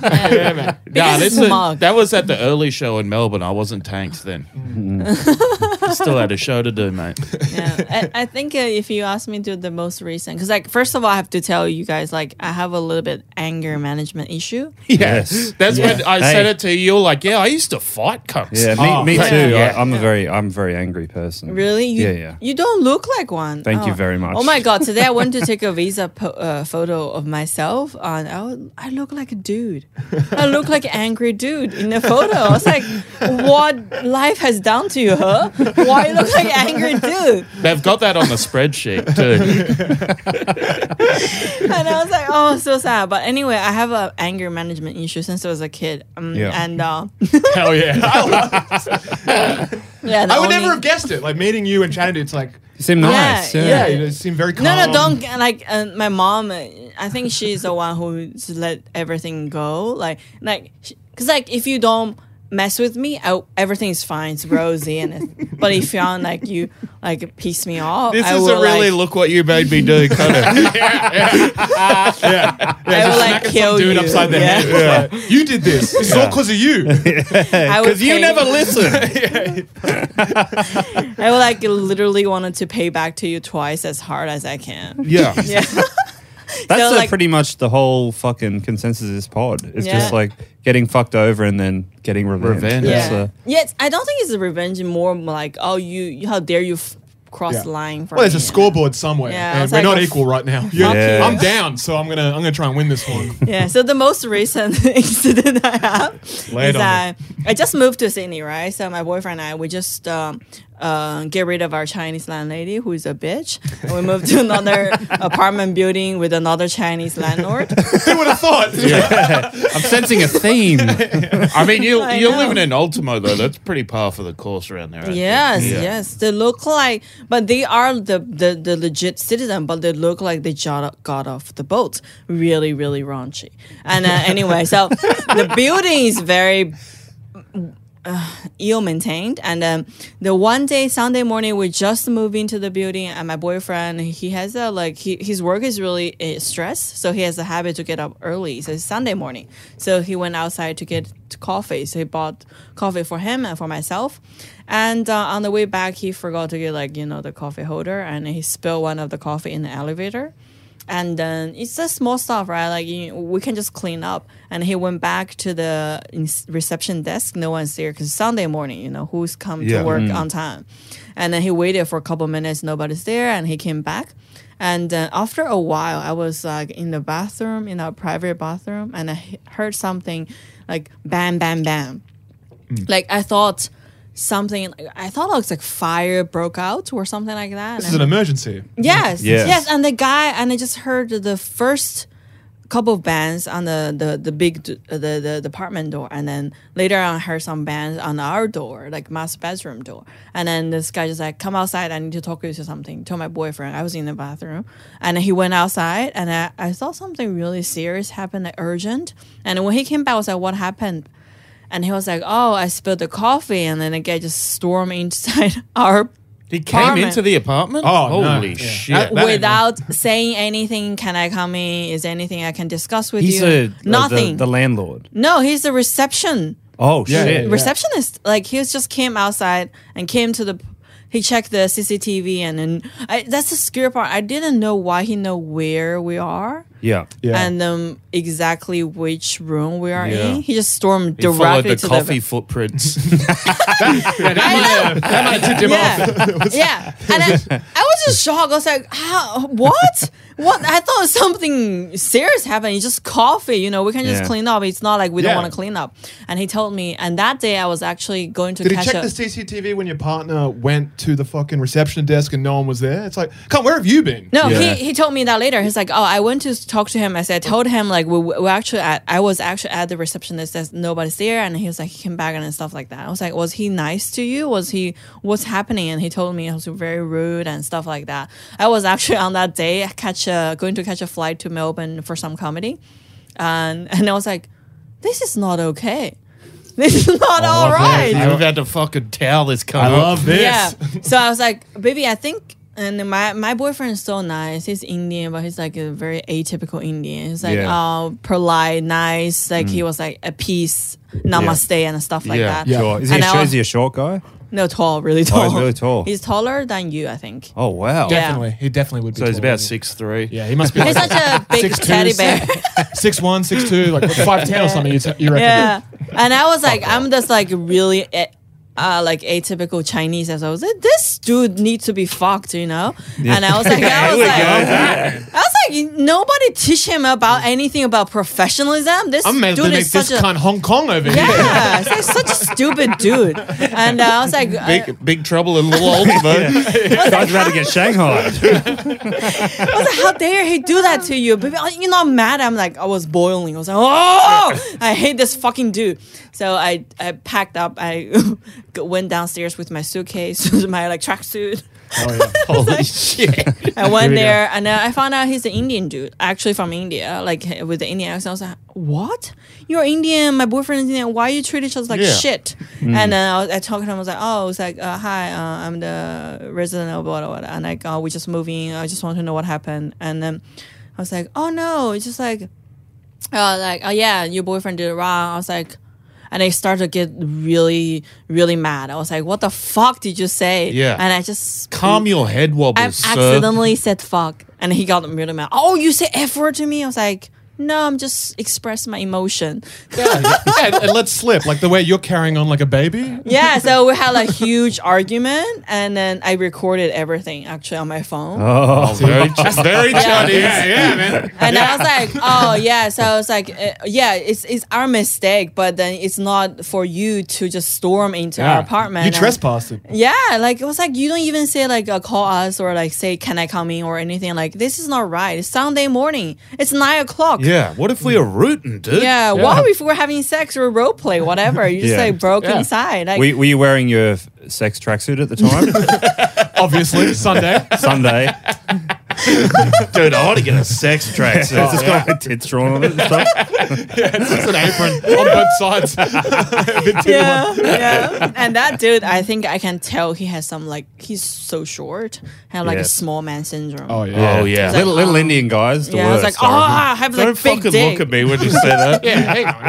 G: yeah, man.
C: nah,
H: Because
C: this
H: it's
C: was-
H: mugged.
C: that was at the early show in Melbourne. I wasn't tanked then.
H: Oh,
C: Still had a show to do, mate.
H: yeah. I, I think uh, if you ask me to the most recent, because like first of all, I have to tell you guys, like I have a little bit anger management issue.
I: Yes.
C: That's when I
I: Hey.
C: said it to you. You're like, yeah, I used to fight cunts.
I: Yeah, me,
G: Oh,
I: me
G: yeah.
I: too.
C: Yeah.
I: I, I'm a very I'm a very angry person.
H: Really? You,
I: yeah, yeah.
H: You don't look like one.
I: Thank you very much.
H: Oh my god! Today I went to take a visa po- uh, photo of myself, and I, was- I look like a dude. I look like angry dude in the photo. I was like, "What life has done to you, huh? Why you look like angry dude?"
C: They've got that on the spreadsheet too.
H: and I was like, oh, so sad. But anyway, I have a anger management issue since I was a kid. Um,
I: Yeah.
H: And uh,
G: Hell yeah.
H: yeah, the
G: I would
H: only-
G: never have guessed it. Like meeting you and chatting, to you, it's like,
I: You seem nice.
H: Yeah,
I: Yeah.
G: yeah, you know, seem very calm.
H: No, no, don't like uh, my mom. uh, I think she's the one who's let everything go. Like, like, because like if you don't mess with me, I, everything's fine. It's rosy, and it, but if you're like you like piss me off,
C: This
H: I
C: is
H: will,
C: a really
H: like,
C: look what you made me do kind of.
H: I will like kill
G: Dude
H: you.
G: upside the
H: yeah.
G: head. It's like, you did this. It's all because of you.
H: I would
I: Because you
H: pay-
I: never listen.
H: I would like literally wanted to pay back to you twice as hard as I can.
I: yeah.
H: Yeah.
I: That's
H: So,
I: uh,
H: like-
I: pretty much the whole fucking consensus of this pod. It's
H: Yeah.
I: just like getting fucked over and then getting revenge.
C: Revenge.
I: That's,
H: Yeah.
I: uh,
H: yes, I don't think it's a revenge. More like, oh, you, you how dare you f- cross
G: Yeah.
H: the line for
G: Well, there's a
H: me.
G: scoreboard somewhere,
H: Yeah,
G: and
H: it's
G: we're
H: like
G: not
H: a-
G: equal right now.
I: Yeah. you.
G: I'm down, so I'm gonna I'm gonna try and win this one.
H: Yeah. So the most recent incident I have
G: Lay it on
H: is I, I just moved to Sydney, right? So my boyfriend and I we just um, uh, get rid of our Chinese landlady who is a bitch. And we moved to another apartment building with another Chinese landlord.
G: Who would have thought?
I: I'm sensing a theme.
C: I mean, you
H: I
C: you're
H: know.
C: living in Ultimo though. That's pretty par for the course around there. eh? I think.
H: Yes,
C: Yeah.
H: yes. They look like, but they are the, the, the legit citizen, but they look like they jot, got off the boat. Really, really raunchy. And uh, anyway, so the building is very ill maintained. And um, the one day Sunday morning, we just moved into the building, and my boyfriend he has a like he, his work is really uh, stressed, so he has a habit to get up early. So it's Sunday morning, so he went outside to get coffee. So he bought coffee for him and for myself. And uh, on the way back, he forgot to get like you know the coffee holder, and he spilled one of the coffee in the elevator and then it's just small stuff, right? Like you, we can just clean up. And he went back to the ins- reception desk. No one's there because Sunday morning, you know, who's come to work on time? And then he waited for a couple minutes. Nobody's there, and he came back. And uh, after a while, I was like in the bathroom, in our private bathroom, and I he- heard something like bam, bam, bam.
G: Hmm.
H: Like I thought something. I thought it was like fire broke out or something like that.
G: this is
H: And
G: an emergency.
H: Yes, yes,
I: Yes.
H: And the guy, and I just heard the first couple of bands on the the the big d- uh, the the department door, and then later on I heard some bands on our door, like master bedroom door. And then this guy just like, "Come outside, I need to talk to you to something." Told my boyfriend I was in the bathroom, and he went outside, and I, I saw something really serious happen, like urgent. And when he came back, I was like, "What happened?" And he was like, "Oh, I spilled the coffee," and then the guy just stormed inside our
C: He came
H: Apartment.
C: into the apartment.
G: Oh, no.
C: holy
G: Yeah.
C: shit!
G: That- ain't
H: without saying anything. Can I come in? Is there anything I can discuss with
I: He's
H: you?
I: a,
H: Nothing.
I: The, the landlord.
H: no, he's the reception
I: Oh
G: Yeah,
I: shit!
G: yeah, yeah.
H: receptionist. Like he was just came outside and came to the. He checked the CCTV and then I, that's the scary part. I didn't know why he know where we are
I: Yeah.
G: Yeah.
H: and um exactly which room we are
C: Yeah.
H: in. He just stormed
C: he followed
H: directly
C: the
H: to
C: coffee
H: the.
C: footprints.
H: yeah. yeah. And I, I was just shocked. I was like, how, what? What? I thought something serious happened. It's just coffee, you know, we can just
I: Yeah.
H: clean up. It's not like we
G: Yeah.
H: don't want to clean up. And he told me, and that day I was actually going to
G: Did he
H: catch
G: check
H: up.
G: the CCTV when your partner went to the fucking reception desk and no one was there? It's like, come, where have you been?
H: No,
C: Yeah.
H: he, he told me that later. He's like, oh, I went to talk to him. I said, I told him like we, we actually at, I was actually at the receptionist. There's nobody's there, and he was like, he came back and stuff like that. I was like, was he nice to you? Was he what's happening? And he told me I was very rude and stuff like that. I was actually on that day I catch a, going to catch a flight to Melbourne for some comedy, and and I was like, this is not okay. This is not all right.
C: I've had to fucking towel this cunt.
G: I love this.
H: Yeah. So I was like, baby, I think. And then my my boyfriend's so nice. He's Indian, but he's like a very atypical Indian. He's like,
I: Yeah. Mm.
H: oh, polite, nice. Like he was like a peace, namaste, and stuff like
C: Yeah.
H: that.
G: Yeah.
I: Sure. Is he,
H: And
I: a,
H: I
I: short-
H: was-
I: is he a short guy?
H: No, tall, really
I: Oh,
H: tall.
I: he's really tall.
H: He's taller than you, I think.
I: oh wow.
H: Yeah.
G: Definitely. He definitely would be.
C: So he's
G: taller
C: about
G: than you.
C: six three.
G: Yeah, he must be
H: He's
G: like
H: such a big
G: Six two,
H: teddy bear.
G: six one, six two, like five ten or something. You, t- you reckon?
H: yeah. And I was like, I'm just like really eh, uh, like atypical Chinese. As I was like, this dude needs to be fucked, you know? And I was like, I was like, I was like, nobody teach him about anything about professionalism. This
G: I'm mad to
H: dude
G: make
H: is such
G: this
H: a.
G: cunt Hong Kong over here.
H: yeah, he's like such a stupid dude. And uh, I was like, I-
C: Big, big trouble in Little Ultimo.
I: Guy's about to get shanghaied.
H: I was like, how dare he do that to you? Baby, oh, you're not mad. I'm like, I was boiling. I was like, oh, I hate this fucking dude. So I, I packed up. I went downstairs with my suitcase, my like tracksuit.
G: Oh, yeah.
C: Holy shit!
H: I went
G: we go.
H: there and then I found out he's an Indian dude, actually from India, like with the Indian accent. I was like, what? You're Indian. My boyfriend is Indian. Why you treat each other like
C: Yeah.
H: shit? And then I, was, I talked to him. I was like, oh, it's like, uh, hi, uh, I'm the resident of blah, blah, blah. And like, oh, we just moving. I just want to know what happened. And then I was like, oh, no. It's just like, uh, like, oh, yeah, your boyfriend did it wrong. I was like, and I started to get really, really mad. I was like, what the fuck did you say?
C: Yeah.
H: And I just
C: Calm your head wobbles,
H: I
C: sir.
H: accidentally said fuck, and he got really mad. Oh, you say f word to me? I was like, no, I'm just expressing my emotion.
G: and, and let's slip like the way you're carrying on like a baby.
H: yeah, so we had a huge argument, and then I recorded everything actually on my phone.
C: Oh, very, chi- very Chinese.
G: yeah, man.
H: and I was like, oh yeah. So I was like, uh, yeah, it's it's our mistake, but then it's not for you to just storm into our apartment.
G: You
H: uh, And I-
G: trespassed it.
H: Yeah, like it was like you don't even say like uh, call us or like say can I come in or anything. Like this is not right. It's Sunday morning. It's nine o'clock.
C: Yeah, what if we are rooting, dude?
H: Yeah, well, if we're having sex or role play, whatever, you just
I: Yeah.
H: like broke
G: Yeah.
H: inside. Like,
I: Were, were you wearing your f- sex tracksuit at the time?
G: Obviously, Sunday.
I: Sunday.
C: dude, I want to get a sex track.
I: So it's just got my tits drawn on it and stuff.
G: It's an apron on both sides. The tin
H: yeah, yeah. And that dude, I think I can tell he has some like he's so short, had like
I: Yes.
H: a small man syndrome.
G: Oh
C: Oh
G: yeah.
C: yeah.
I: Little, little Indian guys. The
H: yeah, I
I: worst,
H: was like, oh,
I: reckon.
H: I have like
C: Don't
H: big
C: fucking
H: dick.
C: look at me when you say that.
G: yeah, hang on.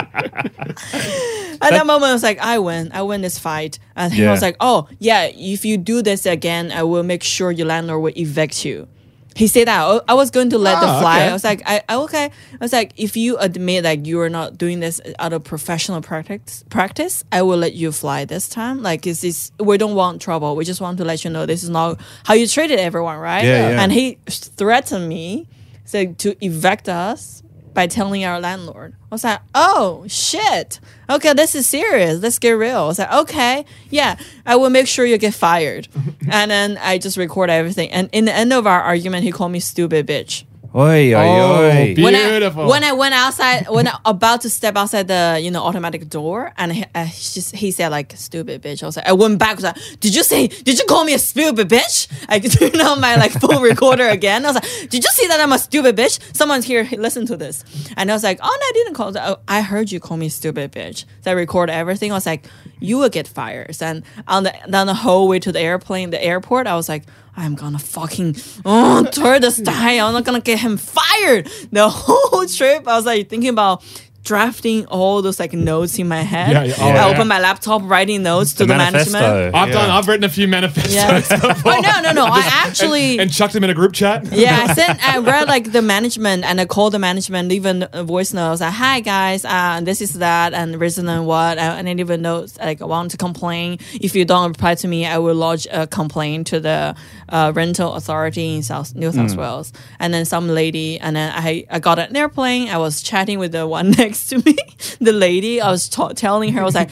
H: At that moment, I was like, I win, I win this fight. And he
I: Yeah.
H: was like, Oh yeah, if you do this again, I will make sure your landlord will evict you. He said that I- I was going to let
G: Ah,
H: the fly.
G: okay.
H: I was like, I, I okay. I was like, if you admit that you are not doing this out of professional practice, practice, I will let you fly this time. Like, is this? We don't want trouble. We just want to let you know this is not how you treated everyone, right?
I: Yeah, yeah.
H: And he threatened me, said to evict us by telling our landlord. I was like, oh shit. Okay, this is serious. Let's get real. I was like, okay, yeah, I will make sure you get fired. and then I just record everything. And in the end of our argument, he called me stupid bitch.
I: Oi,
G: Oh,
I: oi, oi.
G: be-
H: When I-
G: Beautiful.
H: When I, went outside, when I about to step outside the you know automatic door, and he, I just, he said like stupid bitch. I was like, I went back. I was like, did you say? Did you call me a stupid bitch? I turned on my like phone recorder again. I was like, did you see that I'm a stupid bitch? Someone's here. Hey, Listen to this. And I was like, oh no, I didn't call. I was like, "Oh, I heard you call me stupid bitch. So I record everything. I was like, you will get fires. And on the down the whole way to the airplane, the airport, I was like, I'm gonna fucking oh, tear this guy. I'm not gonna get him fired. The whole trip, I was like thinking about drafting all those like notes in my head.
G: Yeah, yeah. Oh,
H: I
G: yeah.
H: opened my laptop, writing notes to
I: The
H: the,
I: manifesto.
H: management.
G: I've done.
C: Yeah.
G: I've written a few manifestos
H: Yeah. oh no, no, no! I actually
G: and, and chucked them in a group chat.
H: yeah, I sent. I read like the management, and I called the management, even a voice note. I was like, "Hi guys, uh, this is that, and the reason and what." I, and I didn't even know. Like, I want to complain. If you don't reply to me, I will lodge a complaint to the uh, rental authority in South New South
C: Mm.
H: Wales. And then some lady, and then I I got an airplane. I was chatting with the one next to me, the lady. I was ta- telling her, I was like,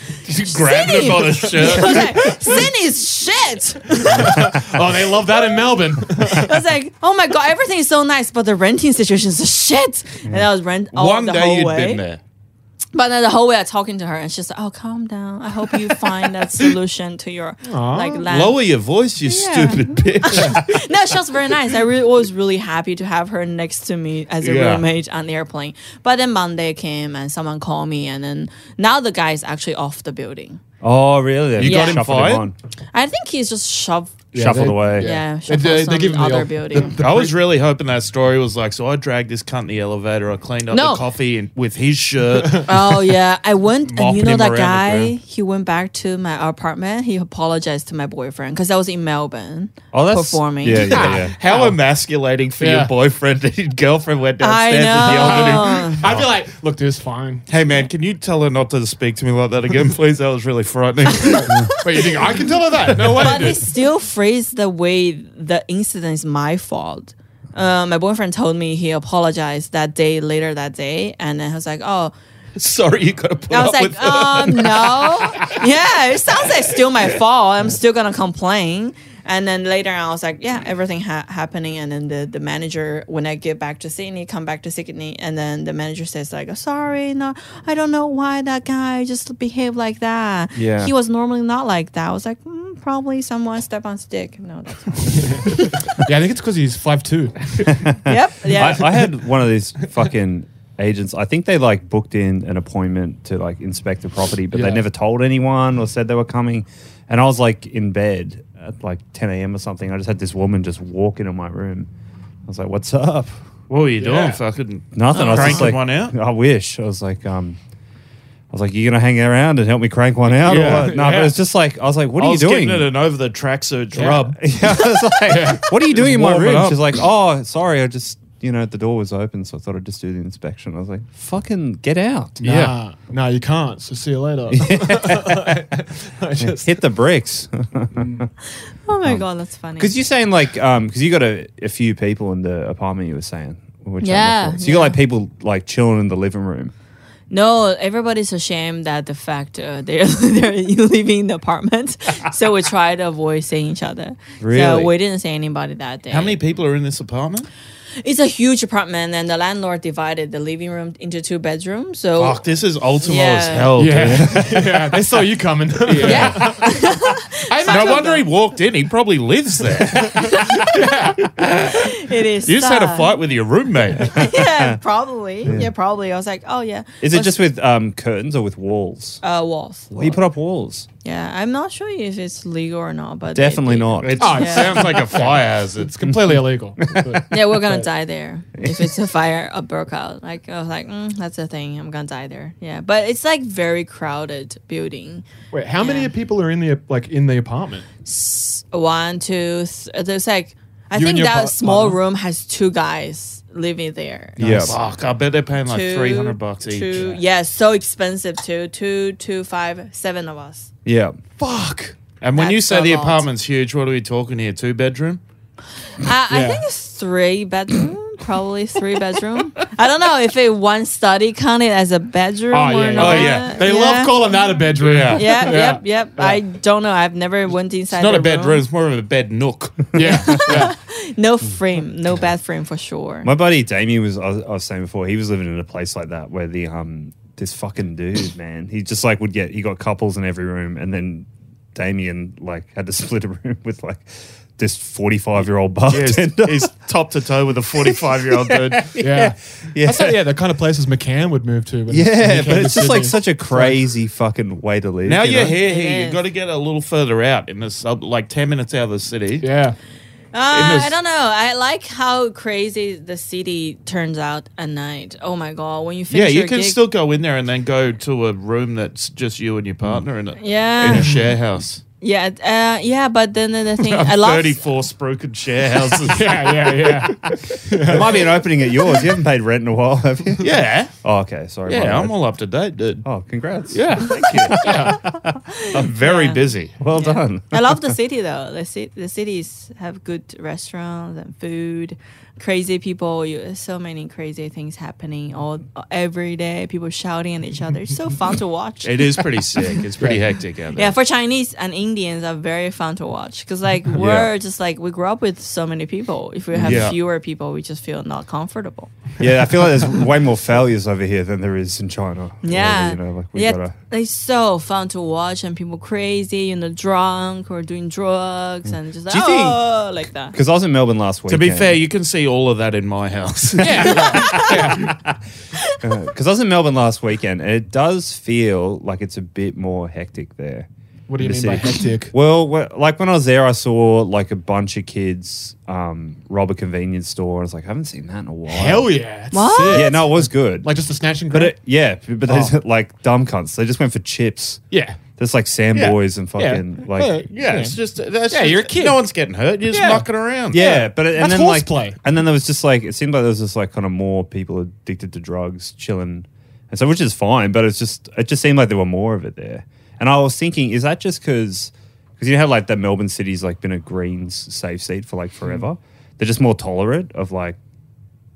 C: Grabbed her by the
H: I
C: shirt.
H: was like, "Sin is shit."
G: Oh, they love that in Melbourne.
H: I was like, oh my god, everything is so nice, but the renting situation is a shit. And I was rent all
C: One
H: the
C: day
H: whole
C: you'd
H: way.
C: been there.
H: But then the whole way I talking to her, and she's like, oh, calm down. I hope you find that solution to your like land.
C: Lower your voice, you
H: Yeah.
C: stupid bitch.
H: No, she was very nice. I really was really happy to have her next to me as a
C: Yeah.
H: roommate on the airplane. But then Monday came, and someone called me, and then now the guy is actually off the building.
I: Oh, really?
C: You
H: got him
I: Shuffled
C: fired?
I: on.
H: I think he's just shoved.
I: Shuffled
G: they-
I: away.
H: Yeah,
G: They-
H: shuffled
G: they- they
H: some
G: give them the
H: other
G: old-
H: building.
G: the- the
C: I was really hoping that story was like, so I dragged this cunt in the elevator, I cleaned up
H: No.
C: the coffee and, with his shirt.
H: Oh yeah, I went and
C: Mopping
H: you know
C: him around
H: that
C: the
H: guy.
C: ground.
H: He went back to my apartment. He apologized to my boyfriend because I was in Melbourne
I: Oh, that's
H: performing.
I: Yeah, yeah, yeah.
C: How emasculating for
G: Yeah.
C: your boyfriend that his girlfriend went
H: I
C: downstairs and yelled at him.
H: know.
G: I'd be like, look, dude's fine.
C: Hey man, can you tell her not to speak to me like that again, please? That was really frightening.
G: Wait, you think I can tell her that? No way.
H: but he still phrased the way the incident is my fault. Uh, my boyfriend told me he apologized that day later that day, and then I was like, "Oh,
C: Sorry, you got to put
H: I
C: up
H: was like,
C: with that.
H: um, no. Yeah, it sounds like still my fault. I'm still gonna complain. And then later on, I was like, yeah, everything ha- happening. And then the, the manager, when I get back to Sydney, come back to Sydney, and then the manager says like, "Oh, sorry, no, I don't know why that guy just behaved like that.
I: Yeah.
H: he was normally not like that. I was like, mm, probably someone step on stick. No, that's
G: yeah, I think it's because he's five two.
H: yep, yeah.
I: I, I had one of these fucking agents. I think they like booked in an appointment to like inspect the property, but
G: Yeah.
I: they never told anyone or said they were coming. And I was like in bed at like 10 a.m. or something. I just had this woman just walk into my room. I was like, "What's up?"
C: What were you doing?
G: Yeah.
C: Fucking
I: Nothing. I was just
C: Cranking
I: like,
C: one out?
I: I wish. I was like, um, I was like, you gonna hang around and help me crank one out?
G: Yeah.
I: Or what? No, but
G: Yeah.
I: it's just like I was like, what
C: I
I: are you
C: was
I: doing?
C: giving it an over the tracksuit rub.
I: Yeah, I was like, what are you doing in my
C: warm it
I: room?
C: up.
I: She's like, oh, sorry, I just, you know, the door was open, so I thought I'd just do the inspection. I was like, fucking get out.
G: Nah, nah, you can't. So see you later. I just,
I: Hit the bricks.
C: Mm.
H: oh
I: um,
H: my god, that's funny.
I: Because you're saying, like, um, because you got a, a few people in the apartment you were saying. Which
H: Yeah,
I: yeah. So you got
H: yeah.
I: like people like chilling in the living room.
H: No, everybody's ashamed that the fact uh, they're, they're leaving the apartment. so we try to avoid seeing each other. So
I: Really?
H: we didn't see anybody that day.
C: How many people are in this apartment?
H: It's a huge apartment, and the landlord divided the living room into two bedrooms. So.
C: Fuck, this is ultimo as
H: Oh. Yeah.
C: hell.
G: yeah, yeah, they saw you coming.
H: Yeah.
C: Dude. No wonder he walked in. He probably lives there.
H: it is.
C: You just had a
H: sad.
C: fight with your roommate.
H: yeah, probably. Yeah. probably. I was like, oh yeah.
I: Is it
H: Was-
I: just with um, curtains or with walls?
H: uh, walls?
I: Well, you put up walls.
H: Yeah, I'm not sure if it's legal or not, but they
I: Definitely
H: did.
I: not.
C: It's,
G: Oh,
C: It sounds like a fire hazard.
G: It's completely illegal. But-
H: Yeah, we're gonna die there if it's a fire a broke out. Like I was like, mm, that's the thing. I'm gonna die there. Yeah, but it's like very crowded building.
G: Wait, how many people are in the like in the apartment?
H: One, two, th- there's like I
G: You and
H: think
G: your
H: that
G: par-
H: small
G: partner?
H: room has two guys living there.
I: yeah.
C: Fuck, I bet they're paying like
H: Two,
C: 300 bucks each.
H: Two, yeah, so expensive too. Two, two, five, seven of us.
I: Yeah.
G: Fuck.
C: And when you
H: That's
C: say
H: a
C: the
H: lot.
C: apartment's huge, what are we talking here? Two bedroom?
H: I, I think it's three bedroom. Probably three bedroom. I don't know if it one study counted as a bedroom
G: Oh
H: or
G: yeah, yeah.
H: not.
G: They love calling that a bedroom. Yeah,
H: Yep, yep, yep. I don't know. I've never went inside.
C: It's not
H: the
C: a bedroom, it's more of a bed nook.
G: yeah. yeah.
H: No frame, no bed frame for sure.
I: My buddy Damien was I, was I was saying before he was living in a place like that where the um this fucking dude man he just like would get he got couples in every room and then Damien like had to split a room with like this 45 year old
C: He's,
I: bartender.
C: he's top to toe with a 45 year old dude.
G: Yeah.
I: Yeah.
G: That's like, yeah, the kind of places McCann would move to. When
I: yeah, but it's just like such a crazy fucking way to live.
C: Now
I: you
C: you're
I: know?
C: here, here.
H: is.
C: You've got to get a little further out in the sub, like 10 minutes out of the city.
G: Yeah.
H: Uh,
C: was-
H: I don't know. I like how crazy the city turns out at night. Oh my god, when you
C: Yeah,
H: finish
C: you
H: your
C: can
H: gig-
C: still go in there and then go to a room that's just you and your partner in it. In
H: yeah
C: a share house.
H: yeah uh, yeah. But then the thing I love
C: 34 Spruken share houses.
G: Yeah, yeah, yeah.
I: There might be an opening at yours. You haven't paid rent in a while, have you?
C: yeah.
I: Oh, okay. Sorry. my
C: Yeah, I'm
I: bad.
C: all up to date, dude.
I: Oh, congrats.
C: Yeah, thank you. I'm very busy.
I: Well done.
H: I love the city though. The, ci- the cities have good restaurants and food, crazy people. You, so many crazy things happening all every day. People shouting at each other. It's so fun to watch.
C: It is pretty sick. It's pretty hectic out there.
H: yeah, for Chinese and Indians are very fun to watch because like we're just like we grew up with so many people. If we have
C: Yeah.
H: fewer people, we just feel not comfortable.
I: Yeah, I feel like there's way more failures over here than there is in China.
H: Yeah,
I: You know, like we
H: yeah,
I: gotta.
H: it's so fun to watch and people crazy, you know, drunk or doing drugs
I: Mm.
H: and just like,
I: Do you think-
H: oh like that.
I: Because I was in Melbourne last week.
C: To be fair, you can see all of that in my house.
I: because I was in Melbourne last weekend, and it does feel like it's a bit more hectic there.
G: What do you
I: The
G: mean by
I: city.
G: hectic?
I: Well, wh- like when I was there, I saw like a bunch of kids um, rob a convenience store. I was like, I haven't seen that in a while.
G: Hell yeah. It's
H: What?
G: sick.
I: Yeah, no, it was good.
G: Like Oh. just a snatch and
I: but
G: grab.
I: it, yeah, but those like dumb cunts. They just went for chips.
G: yeah.
I: There's like Sam
G: Yeah.
I: boys and fucking like.
G: Yeah.
C: Yeah, it's just that's
G: Yeah,
C: just-
G: you're a kid.
C: No one's getting hurt. You're just
G: Yeah.
C: mucking around.
I: Yeah, but and
G: That's
I: then like
G: horseplay.
I: and then there was just like it seemed like there was just like kind of more people addicted to drugs, chilling, and so which is fine. But it's just it just seemed like there were more of it there. And I was thinking, is that just because because you know how like that Melbourne city's like been a Greens safe seat for like forever?
C: Hmm.
I: They're just more tolerant of like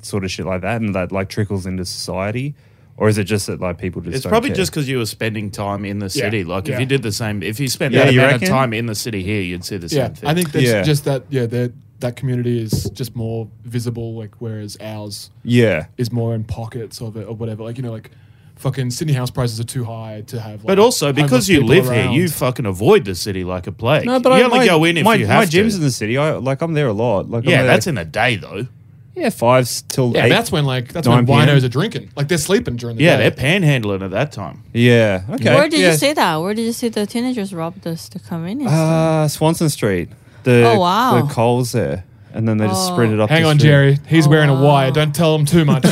I: sort of shit like that, and that like trickles into society. Or is it just that like people just
C: It's
I: don't
C: probably
I: care?
C: just because you were spending time in the
G: Yeah.
C: city. Like
G: Yeah.
C: if you did the same, if you spent
I: Yeah,
C: that
I: you
C: amount
I: reckon?
C: of time in the city here, you'd see the
G: Yeah.
C: same thing.
G: I think that's
I: Yeah.
G: just that, yeah, that that community is just more visible, like whereas ours
I: yeah.
G: is more in pockets of it or whatever. Like, you know, like fucking Sydney house prices are too high to have like,
C: but also because
G: homeless
C: you
G: people
C: live
G: around.
C: here, you fucking avoid the city like a plague.
I: No, but
C: you
I: I
C: only
I: my,
C: go in if
I: my,
C: you have
I: my gym's
C: to.
I: in the city. I like I'm there a lot. Like I'm
C: yeah,
I: there,
C: that's in the day though.
I: yeah five s- till
G: Yeah,
I: eight.
G: but that's when like that's
I: 9
G: when
I: PM.
G: winos are drinking. Like they're sleeping during the
C: Yeah,
G: day.
C: they're panhandling at that time.
I: yeah. Okay.
H: Where did
I: yeah.
H: you see that? Where did you see the teenagers rob this the convenience? store?
I: Uh, Swanson Street. The,
H: Oh, wow.
I: The Coles there. And then they just
H: Oh.
I: sprinted up.
G: Hang
I: the
G: on,
I: street.
G: Jerry. He's wearing a wire. Don't tell him too much.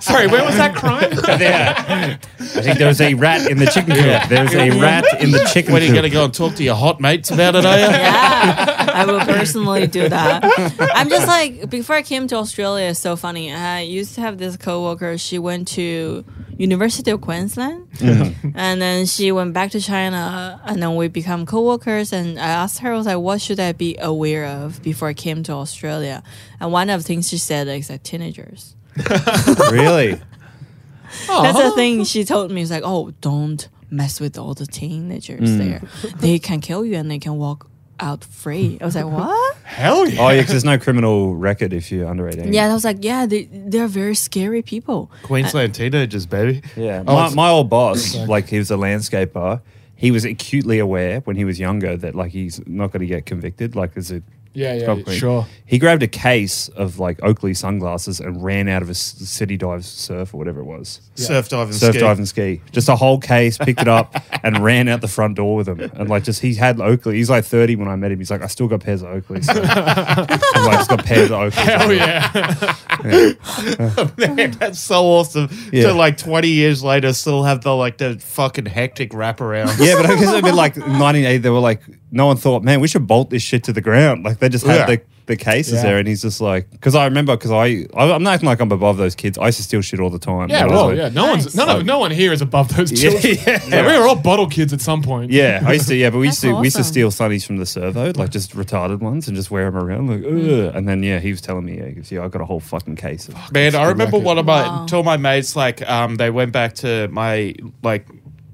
G: Sorry, where was that crime?
I: I think there was a rat in the chicken coop. There's a rat in the chicken
C: When are you
I: coop.
C: going to go and talk to your hot mates about it? Are you?
H: yeah, I will personally do that. I'm just like before I came to Australia. It's so funny. I used to have this coworker. She went to University of Queensland, and then she went back to China, and then we become coworkers. And I asked her, I was like, what should I be aware of before I came to Australia? And one of the things she said is like teenagers.
I: Really?
H: That's the thing she told me. It's like, oh, don't mess with all the teenagers there. They can kill you and they can walk out free. I was like, what?
G: Hell yeah.
I: Oh, yeah, 'cause there's no criminal record if you're under 18.
H: Yeah, I was like, yeah, they, they're very scary people.
C: Queensland
G: Uh,
C: teenagers, baby.
I: Yeah.
G: Oh,
I: My, my old boss, like, he was a landscaper. He was acutely aware when he was younger that, like, he's not going to get convicted. Like, as a.
G: Yeah, yeah,
I: drug queen.
G: sure.
I: He grabbed a case of, like, Oakley sunglasses and ran out of a s- city dive surf or whatever it was.
C: Surf diving,
I: surf
C: ski.
I: dive and ski. Just a whole case, picked it up and ran out the front door with him. And like, just he had Oakley. He's like thirty when I met him. He's like, I still got pairs of Oakley. So. I'm like, just got pairs of Oakley.
G: Hell yeah.
C: Man, that's so awesome.
I: Yeah.
C: To like 20 years later, still have the like the fucking hectic wraparound.
I: Yeah, but I guess it'd been like in 1980. They were like, no one thought, man, we should bolt this shit to the ground. Like they just had
C: Yeah.
I: the, the cases
G: Yeah.
I: there, and he's just like, because I remember, because I, I I'm not acting like I'm above those kids. I used to steal shit all the time.
G: Yeah,
I: And I was
G: well,
I: like-
G: yeah. No one's no, no, no one here is above those
I: Yeah,
G: children.
I: yeah.
G: Yeah, we were all bottle kids at some point.
I: Yeah, I used to. Yeah, but we used to
H: That's
I: we used to
H: awesome.
I: steal sunnies from the servo, like just retarded ones, and just wear them around. Like,
H: Hmm.
I: Ugh. and then yeah, he was telling me, yeah, he goes, yeah, I got a whole fucking case. Of,
C: Man, I remember
I: record.
C: one of my
H: Wow.
C: told my mates like um they went back to my like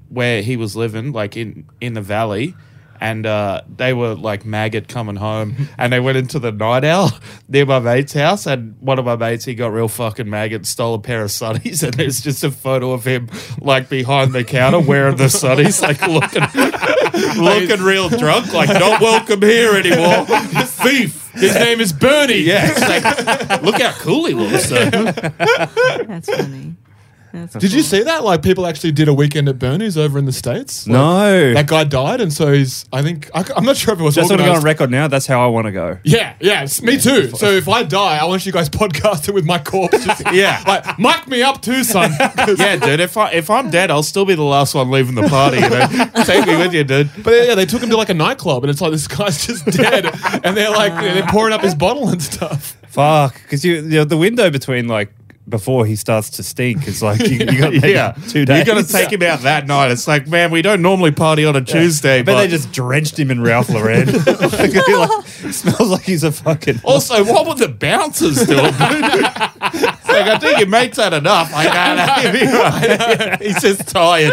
C: where he was living like in in the valley. And uh, they were like maggot coming home, and they went into the night owl near my mate's house. And one of my mates, he got real fucking maggot, stole a pair of sunnies, and there's just a photo of him like behind the counter wearing the sunnies, like looking looking real drunk, like not welcome here anymore. Thief. His name is Bernie. Yeah, it's like, look how cool he looks. though.
H: That's funny. That's
G: Did you see that? Like people actually did a weekend at Bernie's over in the states. Like,
I: No.
G: that guy died, and so he's. I think I, am not sure if it was.
I: That's what I got on
G: organized.
I: record now. That's how I want to go.
G: Yeah, yeah, s- me too. So if I die, I want you guys podcasting with my corpse. Just,
C: Yeah.
G: like mic me up too, son. 'Cause-
C: Yeah, dude. If I if I'm dead, I'll still be the last one leaving the party. You know, take me with you, dude.
G: But yeah, they took him to like a nightclub, and it's like this guy's just dead, and they're like they're pouring up his bottle and stuff.
I: Fuck, because you, you know, the window between like before he starts to stink is like you, you got
C: Yeah,
I: yeah two days.
C: You're gonna take him out that night. It's like, man, we don't normally party on a Tuesday,
I: I bet
C: but
I: they just drenched him in Ralph Lauren. like, smells like he's a fucking.
C: Also, what would the bouncers do? It's like, I think your mate's had enough. I know, no, He's just tired.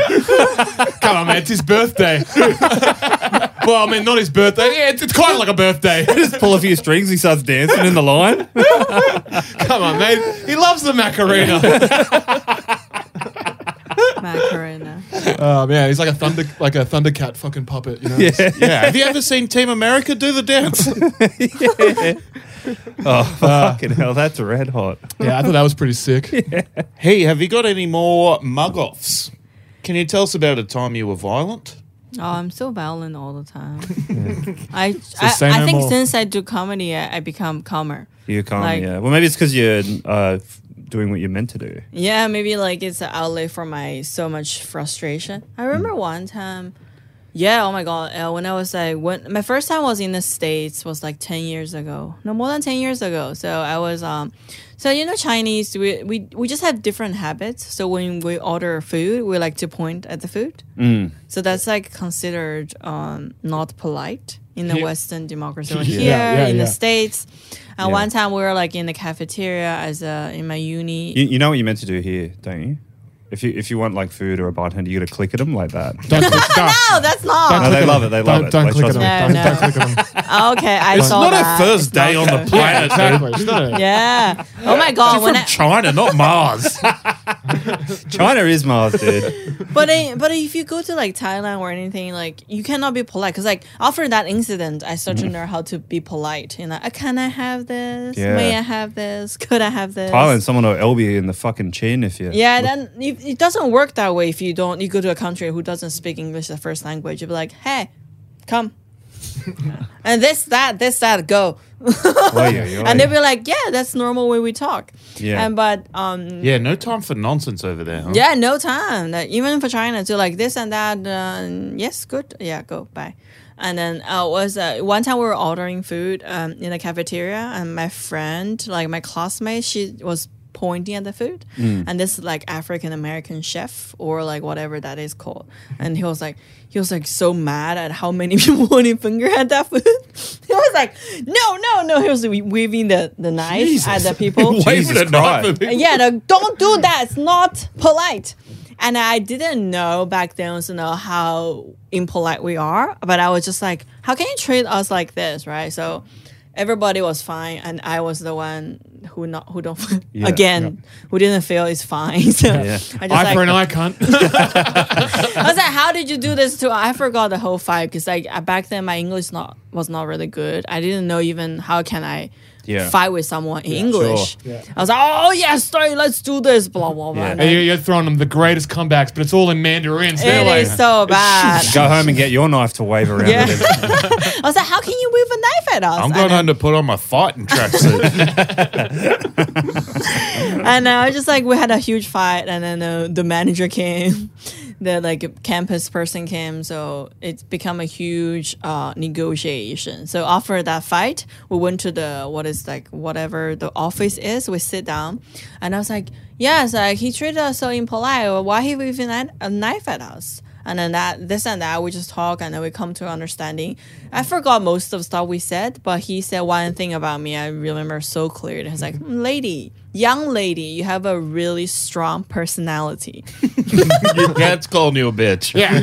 G: Come on, man, it's his birthday. well, I mean, not his birthday. Yeah, it's, it's kind of like a birthday.
I: just pull a few strings. He starts dancing in the line.
G: Come on, mate. He loves the Macarena.
H: Macarena.
G: oh man, he's like a thunder, like a thundercat fucking puppet. You know?
C: Yeah. Have you ever seen Team America do the dance? Ah.
I: Oh fucking hell, that's red hot.
G: Yeah, I thought that was pretty sick.
C: hey, have you got any more mug offs? Can you tell us about a time you were violent?
H: Oh, I'm so violent all the time. I
G: say
H: I, I
G: no
H: think
G: more.
H: since I do comedy, I, I become calmer.
I: You can't.
H: Like-
I: yeah. Well, maybe it's because you're uh, f- doing what you're meant to do.
H: Yeah, maybe like it's an outlet for my so much frustration. I
G: Mm.
H: remember one time, yeah, oh my god, uh, when I was like, when my first time was in the states was like ten years ago, no more than ten years ago. So I was, um, so you know, Chinese, we we we just have different habits. So when we order food, we like to point at the food.
G: Mm.
H: So that's like considered um, not polite in the Western democracy. Like Here
G: yeah,
H: in the
G: yeah.
H: states, and
I: Yeah.
H: one time we were like in the cafeteria as a in my uni.
I: You, you know what you're meant to do here, don't you? If you if you want like food or a bartender, you got to click at them like that.
G: Don't click, don't,
H: no, Oh, that's not.
I: No, they love it. They love
G: don't,
I: it.
G: don't
I: Like,
G: click
I: trust
G: at him.
I: me.
H: No,
G: Don't,
H: no.
G: don't click at him.
H: Okay, I
C: It's
H: saw
C: not
H: that.
C: our first day on the planet.
G: Exactly. It's not a-
H: Yeah. Oh my god. When
C: From
H: I,
C: China, not Mars.
I: China is Mars, dude.
H: but I, but if you go to like Thailand or anything, like you cannot be polite because like after that incident, I started to
C: Mm.
H: learn how to be polite. You know, uh, can I have this?
I: Yeah.
H: May I have this? Could I have this?
I: Thailand, someone will elbow you in the fucking chin if you.
H: Yeah, then it, it doesn't work that way if you don't. You go to a country who doesn't speak English the first language. You'll be like, hey, come. and this, that, this, that, go.
I: Oy, oy, oy.
H: And they'll be like, yeah, that's normal way we talk.
I: Yeah.
H: And but um,
C: Yeah, no time for nonsense over there. Huh?
H: Yeah, no time. Like, even for China, to like this and that. Uh, and yes, good. Yeah, go bye. And then uh, was uh, one time we were ordering food um, in the cafeteria, and my friend, like my classmate, she was pointing at the food, and this like African American chef or like whatever that is called, and he was like, he was like so mad at how many people pointing finger at that food. he was like, no, no, no. He was waving the the knife at the people.
I: Jesus
C: Waving a knife
I: Christ.
C: at me.
H: Yeah, the, don't do that. It's not polite. And I didn't know back then to know how impolite we are, but I was just like, how can you treat us like this, right? So everybody was fine, and I was the one who not who don't again who didn't feel is fine. So I just
G: Eye
H: like,
G: for an eye, cunt.
H: I was like, how did you do this to? I forgot the whole fight because like I- back then my English not was not really good. I didn't know even how can I
I: Yeah.
H: fight with someone in English.
G: sure. Yeah.
H: I was like, oh yes, sorry, let's do this, blah blah blah.
I: Yeah.
H: And
G: And you- you're throwing them the greatest comebacks, but it's all in Mandarin. So
H: It
G: they're
H: is
G: like,
H: so bad.
I: Go home and get your knife to wave around.
H: Yeah.
I: with it.
H: I was like, how can you wave a knife at us?
C: I'm going
H: and,
C: home to put on my fighting tracksuit.
H: and I was just like, we had a huge fight, and then uh, the manager came, the like campus person came, so it's become a huge uh, negotiation. So after that fight, we went to the what is like whatever the office is. We sit down, and I was like, yes, like he treated us so impolite. Why he waving a a uh, knife at us? and then that this and that we just talk and then we come to understanding i forgot most of stuff we said but he said one thing about me i remember so clearly he's like lady young lady you have a really strong personality
C: Your dad's calling you a bitch.
G: yeah,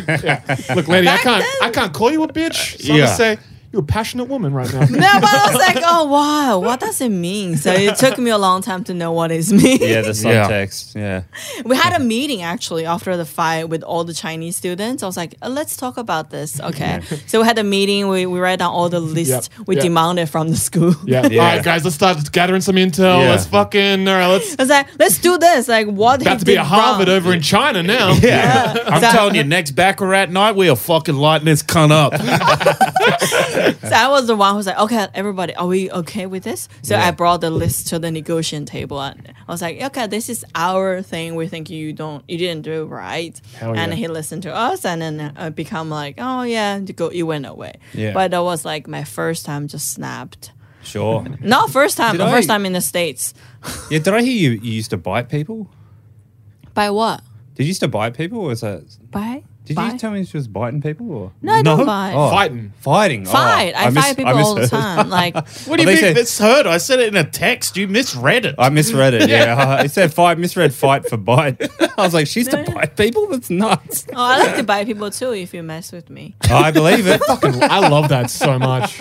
G: yeah. Look, lady, I
H: Back
G: can't,
H: then-
G: I can't call you a bitch. So I'm
C: Yeah.
G: gonna say You're a passionate woman right now.
H: No, but I was like, oh wow, what does it mean? So it took me a long time to know what it means.
I: Yeah, the
C: Yeah.
I: subtext. Yeah.
H: We had a meeting actually after the fight with all the Chinese students. I was like, "Uh, let's talk about this. Okay. So we had a meeting. We, we write down all the lists
G: Yep.
H: we
G: Yep.
H: demanded from the school.
G: Yeah.
I: Yeah.
G: All right, guys, let's start gathering some intel.
C: Yeah.
G: Let's fucking all right. Let's
H: I was like, let's do this. Like, what? he
G: about to be
H: did
G: a Harvard
H: wrong.
G: over in China now.
C: Yeah. I'm
H: So-
C: telling you, next Baccarat night, we are fucking lighting this cunt up.
H: So I was the one who was like, okay, everybody, are we okay with this? So I brought the list to the negotiation table. And I was like, okay, this is our thing. We think you don't, you didn't do it right.
G: Hell
H: And
G: yeah.
H: he listened to us, and then uh, become like, oh yeah, you go, you went away.
I: Yeah.
H: But that was like my first time, just snapped.
I: Sure.
H: Not first time,
I: Did
H: but first
I: I-
H: time in the states.
I: yeah. Did I hear you, you used to bite people?
H: By what?
I: Did you used to bite people? Or was that?
H: By?
I: Did
H: by?
I: you tell me she was biting people? Or?
H: No, I
C: No?
H: don't buy.
I: Oh.
G: Fighting.
I: Fighting. oh,
H: Fight! I,
I: mis-
H: fight people all the
I: misheard.
H: time. Like, Oh,
C: What do you
I: Well, they
C: mean
I: said-
C: misheard? I said it in a text. You misread it.
I: I misread it. Yeah, it said fight. Misread fight for bite. I was like, she's to bite people. That's nuts.
H: oh, I like to buy people too. If you mess with me,
I: I believe it.
G: Fucking, I love that so much.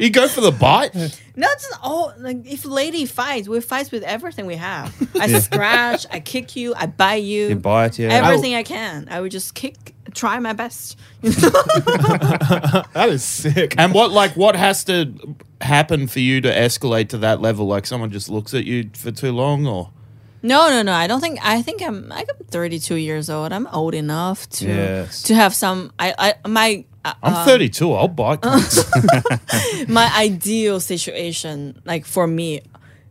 C: you go for the bite?
H: That's an all. Like if lady fights, we fight with everything we have. I scratch, I kick you, I bite you,
I: You bite. Yeah.
H: everything I can. I would just kick, try my best.
G: That is sick.
C: And what like what has to happen for you to escalate to that level? Like someone just looks at you for too long, or
H: no, no, no. I don't think. I think I'm. Like, I'm 32 years old. I'm old enough to
I: Yes.
H: to have some. I, I my. uh,
C: I'm 32. I'll bite.
H: my ideal situation, like for me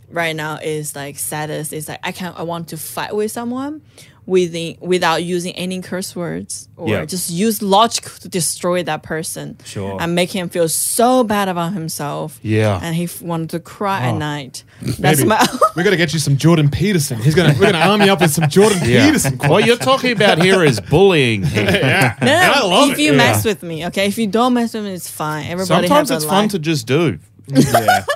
H: right now, is like status is like I can I want to fight with someone within without using any curse words or
I: Yeah.
H: just use logic to destroy that person.
I: Sure.
H: And make him feel so bad about himself.
C: Yeah.
H: And he f- wanted to cry at night. That's
G: Maybe.
H: my
G: We're gonna get you some Jordan Peterson. He's gonna we're gonna arm you up with some Jordan Peterson. quotes.
C: what you're talking about here is bullying.
H: no, no,
G: I love
H: if
G: it.
H: you
G: Yeah.
H: mess with me, okay. If you don't mess with me, it's fine. Everybody
C: Sometimes
H: have
C: it's
H: a
C: fun
H: life.
C: to just do.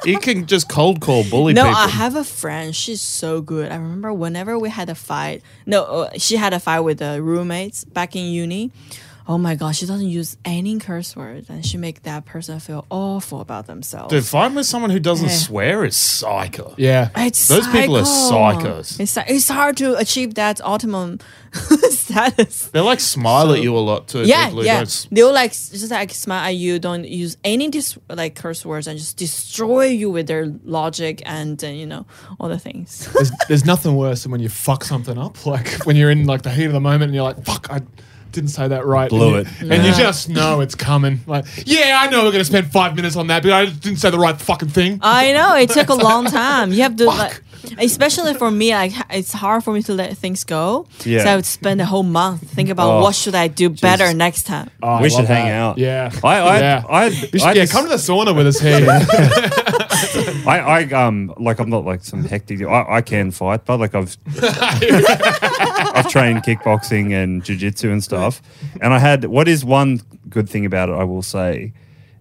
C: You can just cold call bully
H: No,
C: people.
H: I have a friend. She's so good. I remember whenever we had a fight. No, uh, she had a fight with the roommates back in uni. Oh my gosh, she doesn't use any curse words, and she make that person feel awful about themselves.
C: Dude, fighting with someone who doesn't
H: Yeah.
C: swear is psycho.
G: Yeah.
H: It's
C: Those people are
H: psycho.
C: psychos.
H: It's it's hard to achieve that optimum status.
C: They like smile at you a lot too.
H: Yeah,
C: people who
H: yeah.
C: don't s-
H: They'll like s- just like smile at you. Don't use any dis- like curse words and just destroy you with their logic and uh, you know all the things.
G: There's, there's nothing worse than when you fuck something up. Like when you're in like the heat of the moment and you're like, fuck, I didn't say that right.
I: Blew
G: and
I: it.
G: You, And you just know it's coming. Like, yeah, I know we're gonna spend five minutes on that, but I just didn't say the right fucking thing.
H: I know it took a long time. You have to, like, especially for me, like h- it's hard for me to let things go.
I: Yeah.
H: So I would spend a whole month thinking about
I: Oh,
H: what should I do better next time.
G: Oh, I
I: we
G: love
I: should hang
G: that.
I: out.
G: Yeah.
I: I, I,
G: yeah.
I: I, I,
G: You should- yeah, come to the sauna with us here.
I: I, I, um, like I'm not like some hectic. I, I can fight, but like I've, I've trained kickboxing and jujitsu and stuff. And I had what is one good thing about it. I will say,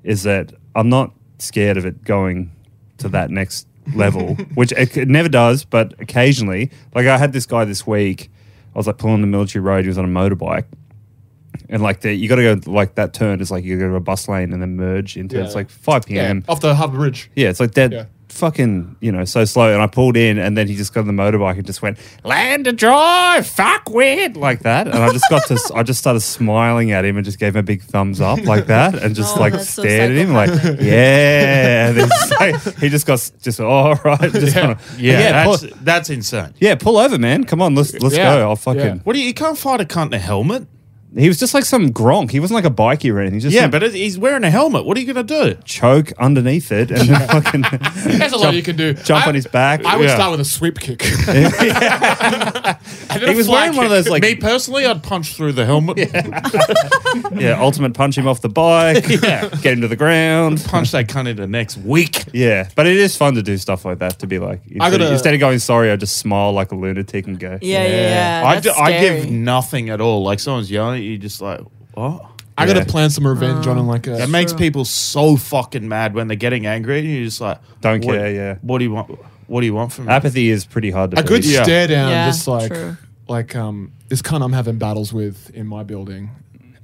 I: is that I'm not scared of it going to that next level, which it, it never does. But occasionally, like I had this guy this week. I was like pulling the military road. He was on a motorbike. And like the, you got to go like that turn is like you go to a bus lane and then merge into
G: Yeah.
I: it's like five p.m.
G: Off the Harbour Bridge.
I: Yeah, it's like that
G: Yeah.
I: fucking, you know, so slow. And I pulled in and then he just got on the motorbike and just went, land to drive, fuck weird, like that. And I just got to, I just started smiling at him and just gave him a big thumbs up like that and just
H: Oh,
I: like
H: that's so
I: stared at him like, yeah. And then just, like, he just got, s- just, "Oh, all right. Just yeah.
C: Yeah,
I: yeah,
C: that's,
I: pull,
C: that's insane.
I: yeah, pull over, man. Come on, let's, let's
G: Yeah.
I: go. I'll fucking,
G: Yeah.
C: What do you, you can't fight a cunt in a helmet?
I: he was just like some gronk. He wasn't like a bikey or anything. He was Just
C: Yeah,
I: some
C: but it, he's wearing a helmet. What are you going to do?
I: choke underneath it and then fucking
G: There's a lot you can do.
I: jump
G: I-
I: on his back.
G: I would
I: Yeah.
G: start with a sweep kick. And then
I: He
G: a
I: was
G: fly
I: wearing one
G: kick.
I: of those like
C: Me personally, I'd punch through the helmet,
I: Yeah, ultimate punch him off the bike. yeah. Get him to the ground.
C: punch that cunt in the next week.
I: Yeah. But it is fun to do stuff like that to be like, instead,
G: gotta-
I: instead of going sorry, I just smile like a lunatic and go,
H: Yeah, yeah, yeah.
C: I,
H: that's
C: d- I give
H: scary.
C: nothing at all. Like someone's yelling at you, just like, what?
G: I gotta
I: Yeah.
G: plan some revenge on him like a
C: That makes people so fucking mad when they're getting angry, and you're just like,
I: Don't
C: what-
I: care, yeah.
C: What do you want? What do you want from me?
I: Apathy is pretty hard to
G: a good
I: beat.
C: Yeah.
G: stare down,
H: Yeah,
G: just like
H: true.
G: like um this cunt I'm having battles with in my building.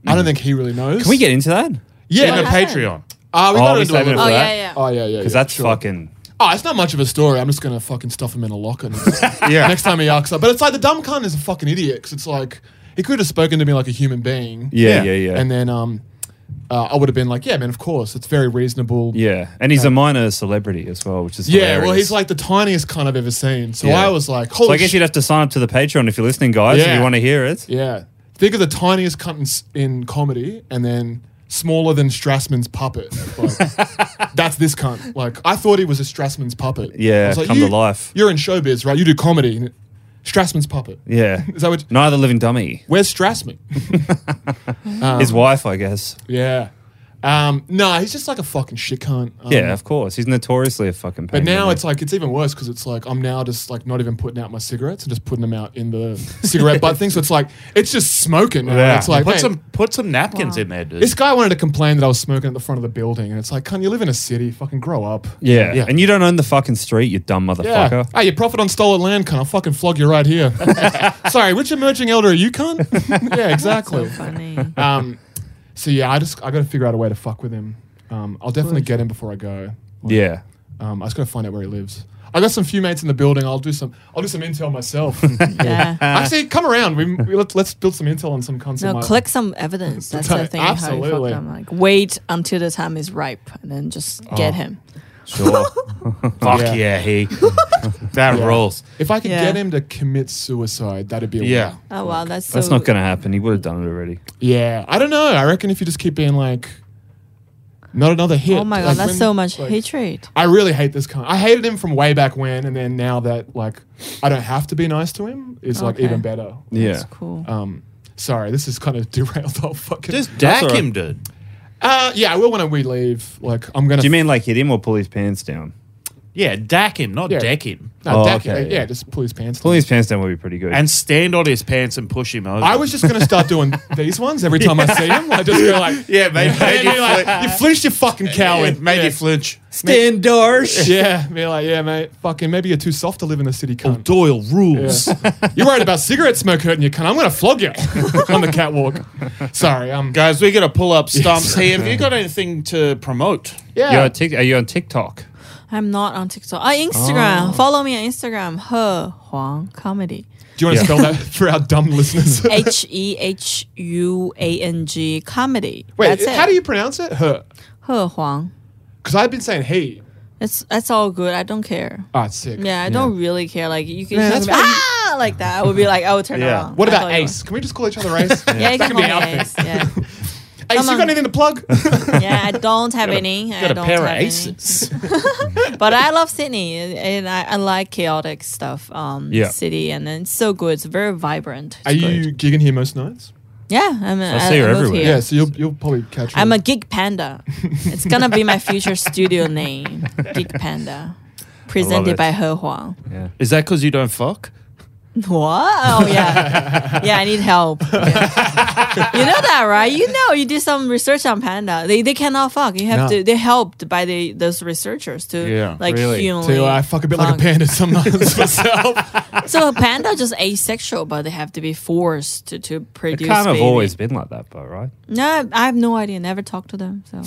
G: I don't think he really knows.
I: Mm. Can we get into that?
G: yeah?
C: in a
G: like-
H: happened?
C: Patreon.
G: Ah, we
I: Oh,
G: got
I: we
G: into a
I: saving it
G: little-
I: for
H: Oh,
I: that?
H: yeah, yeah.
G: Oh yeah, yeah.
I: Because
G: yeah,
I: that's
G: sure.
I: fucking.
G: Oh, it's not much of a story. I'm just gonna fucking stuff him in a locker. Next,
A: Yeah.
G: next time he arcs up. But it's like the dumb cunt is a fucking idiot because it's like he could have spoken to me like a human being.
I: Yeah, yeah,
A: Yeah.
I: yeah.
G: And then um, uh, I would have been like, yeah, man, of course, it's very reasonable.
I: yeah, and he's a minor celebrity as well, which is
G: Yeah, well,
I: hilarious.
G: he's like the tiniest cunt I've ever seen. So
I: Yeah.
G: I was like,
I: So I
G: holy
I: guess
G: shit.
I: you'd have to sign up to the Patreon if you're listening, guys. If
G: Yeah.
I: you want to hear it,
G: Yeah. Think of the tiniest cunt in, s- in comedy and then smaller than Strassman's puppet. Like, that's this cunt. Like, I thought he was a Strassman's puppet.
I: Yeah,
G: I was like,
I: come
G: "You-
I: to life."
G: You're in showbiz, right? You do comedy. Strassman's puppet.
I: yeah.
G: Is that what,
I: Neither living dummy.
G: where's Strassman? Um,
I: His wife, I guess.
G: yeah. Um, nah, he's just like a fucking shit cunt. Um,
I: Yeah, of course. He's notoriously a fucking. Pain
G: But now
I: in the-
G: it's like it's even worse because it's like I'm now just like not even putting out my cigarettes and just putting them out in the cigarette butt thing. So it's like it's just smoking. now.
C: Yeah.
G: It's like
C: put
G: man,
C: some put some napkins in there, dude.
G: This guy wanted to complain that I was smoking at the front of the building, and it's like, cunt, you live in a city. Fucking grow up.
I: yeah.
G: yeah.
I: and you don't own the fucking street, you dumb
G: Yeah.
I: motherfucker.
G: Hey, you profit on stolen land, cunt. I'll fucking flog you right here. Sorry, which emerging elder are you, cunt? yeah, exactly.
H: Funny.
G: Um, so yeah, I just I got to figure out a way to fuck with him. Um, I'll definitely get him before I go.
I: Yeah,
G: Um, I just got to find out where he lives. I got some few mates in the building. I'll do some. I'll do some intel myself.
H: Yeah.
G: Actually, come around. We, we let's, let's build some intel on some cunts.
H: No,
G: in my-
H: collect some evidence. That's the thing. How you
G: Absolutely.
H: fuck them. Like, wait until the time is ripe and then just get him.
I: sure.
C: Fuck
G: Yeah.
C: yeah, he. that rules.
G: If I could
H: Yeah.
G: get him to commit suicide, that'd be a
C: Yeah.
G: win.
H: Oh, wow. That's so.
I: That's not going to happen. He would have done it already.
G: Yeah, I don't know. I reckon if you just keep being like, not another hit.
H: Oh, my God.
G: Like,
H: that's
G: when-
H: so much
G: like,
H: hatred.
G: I really hate this kind. I hated him from way back when, and then now that like I don't have to be nice to him is like
H: Okay.
G: even better.
I: Yeah,
H: Cool.
G: Um, sorry, this is kind of derailed the whole fucking.
C: Just dack
I: all right.
C: him, dude.
G: uh, yeah, I will when we leave. Like I'm gonna.
I: Do you mean like hit him or pull his pants down?
C: Yeah, dack him, not
G: Yeah.
C: deck him.
G: No,
I: Oh,
G: deck
I: okay,
G: it.
I: yeah.
G: yeah, just pull his pants.
I: Pulling
G: down.
I: his pants down would be pretty good.
C: And stand on his pants and push him over.
G: I was just gonna start doing these ones every time I see him. I just go like,
C: Yeah, mate.
G: And
C: made
G: you're
C: you
G: like, you flinched your fucking
C: flinch.
G: coward.
C: Made
G: yeah.
C: you flinch.
I: stand Darsh.
G: Yeah, be like, yeah, mate, fucking, maybe you're too soft to live in the city, cunt.
I: Oh,
C: Doyle rules.
G: Yeah. You're worried about cigarette smoke hurting you, cunt. I'm gonna flog you on the catwalk. Sorry, um,
C: Guys, we got to pull up stumps here. Have you got anything to promote?
I: You're
G: yeah,
I: on Tik- are you on TikTok?
H: I'm not on TikTok. Oh, Instagram. Follow me on Instagram. He Huang Comedy.
G: do you want to spell that for our dumb listeners?
H: H E H U A N G Comedy.
G: Wait,
H: that's it.
G: how do you pronounce it? Her,
H: He Huang.
G: because I've been saying he.
H: It's that's all good. I don't care.
G: Ah, it's sick.
H: Yeah, I don't really care. Like you can
G: Man,
H: just
G: that's
H: be, ah like that. I would be like, I would turn around.
G: What
H: I
G: about
H: thought you
G: Ace? Can we just call each other Ace?
H: were- Yeah, you
G: that could
H: can
G: be an
H: call me
G: outfit.
H: Ace. Yeah.
G: Ace, you
H: on.
G: got anything to plug?
H: yeah, I don't have any. I
C: Got a
H: don't
C: pair
H: have
C: of
H: any.
C: aces.
H: but I love Sydney and- and I, I like chaotic stuff. Um,
I: Yeah.
H: city and then it's so good. It's very vibrant. It's
G: Are
H: good.
G: you gigging here most nights?
H: Yeah, I'm. I,
I: see
H: I
I: her
H: live
I: everywhere.
H: here.
G: Yeah, so you'll you'll probably catch.
H: I'm
G: me.
H: a geek panda. it's gonna be my future studio name, geek panda, presented
I: it.
H: by He Huang.
C: Is that because you don't fuck?
H: What? Oh yeah, yeah. I need help. Yeah. you know that, right? You know, you did some research on panda. They they cannot fuck. You have
G: No.
H: to. They helped by the those researchers to
C: Yeah,
H: like
I: really.
H: humanly.
G: Tell you what, I uh, fuck a bit like
H: fuck.
G: a panda sometimes myself.
H: So panda just asexual, but they have to be forced to to
I: It
H: produce.
I: can't have
H: baby.
I: always been like that, but right?
H: No, I have no idea. Never talked to them, so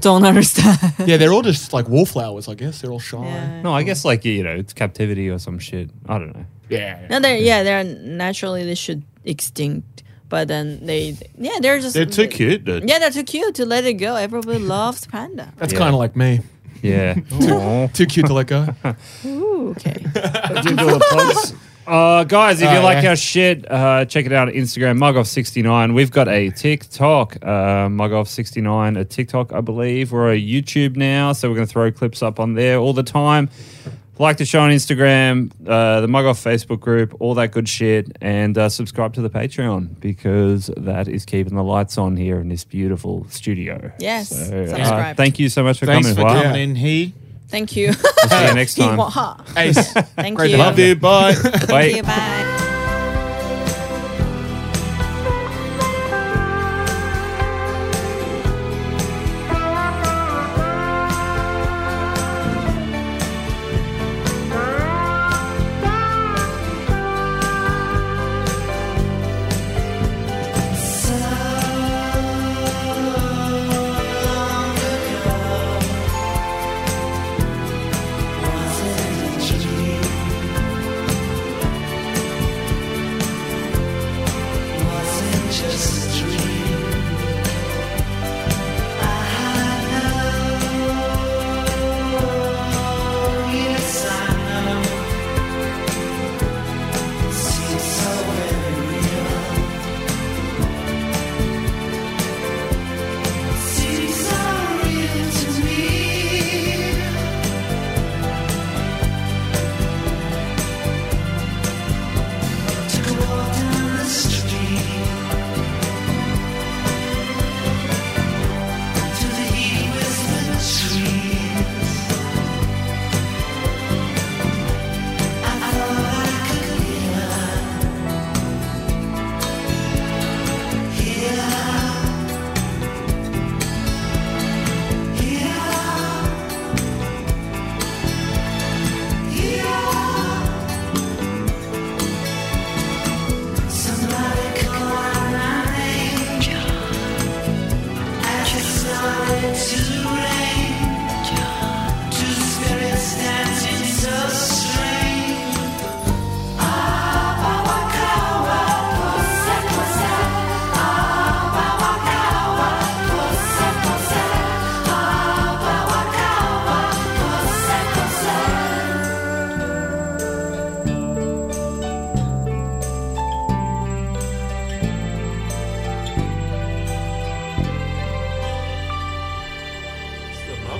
H: don't understand.
G: Yeah, they're all just like wallflowers, I guess. They're all shy.
H: Yeah.
I: No, I guess like you know, it's captivity or some shit. I don't know.
G: Yeah.
H: No, they're yeah, they're naturally they should extinct, but then they yeah they're just
C: They're too cute, dude.
H: Yeah, they're too cute to let it go. Everybody loves panda.
G: That's
I: Yeah.
G: kind of like me.
I: Yeah. Aw.
G: Too cute to let go.
H: Ooh, okay.
I: Uh, guys, if you
G: Oh,
I: like
G: yeah.
I: our shit, uh, check it out on Instagram, Mugoff69. We've got a TikTok, uh, Mugoff69, a TikTok, I believe. We're a YouTube now, so we're going to throw clips up on there all the time. Like the show on Instagram, uh, the Mugoff Facebook group, all that good shit, and uh, subscribe to the Patreon because that is keeping the lights on here in this beautiful studio.
H: Yes,
I: So, uh,
H: subscribe.
I: thank you so much for
C: Thanks
I: coming.
C: for
I: Wow.
C: coming in here.
H: Thank you.
I: See you next time.
G: Ace.
H: Thank
G: Great
H: you.
G: to have
C: Love you. Bye.
H: Thank
I: Bye.
H: you. Bye.
B: Thank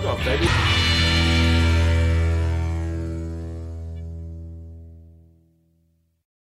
C: off, baby.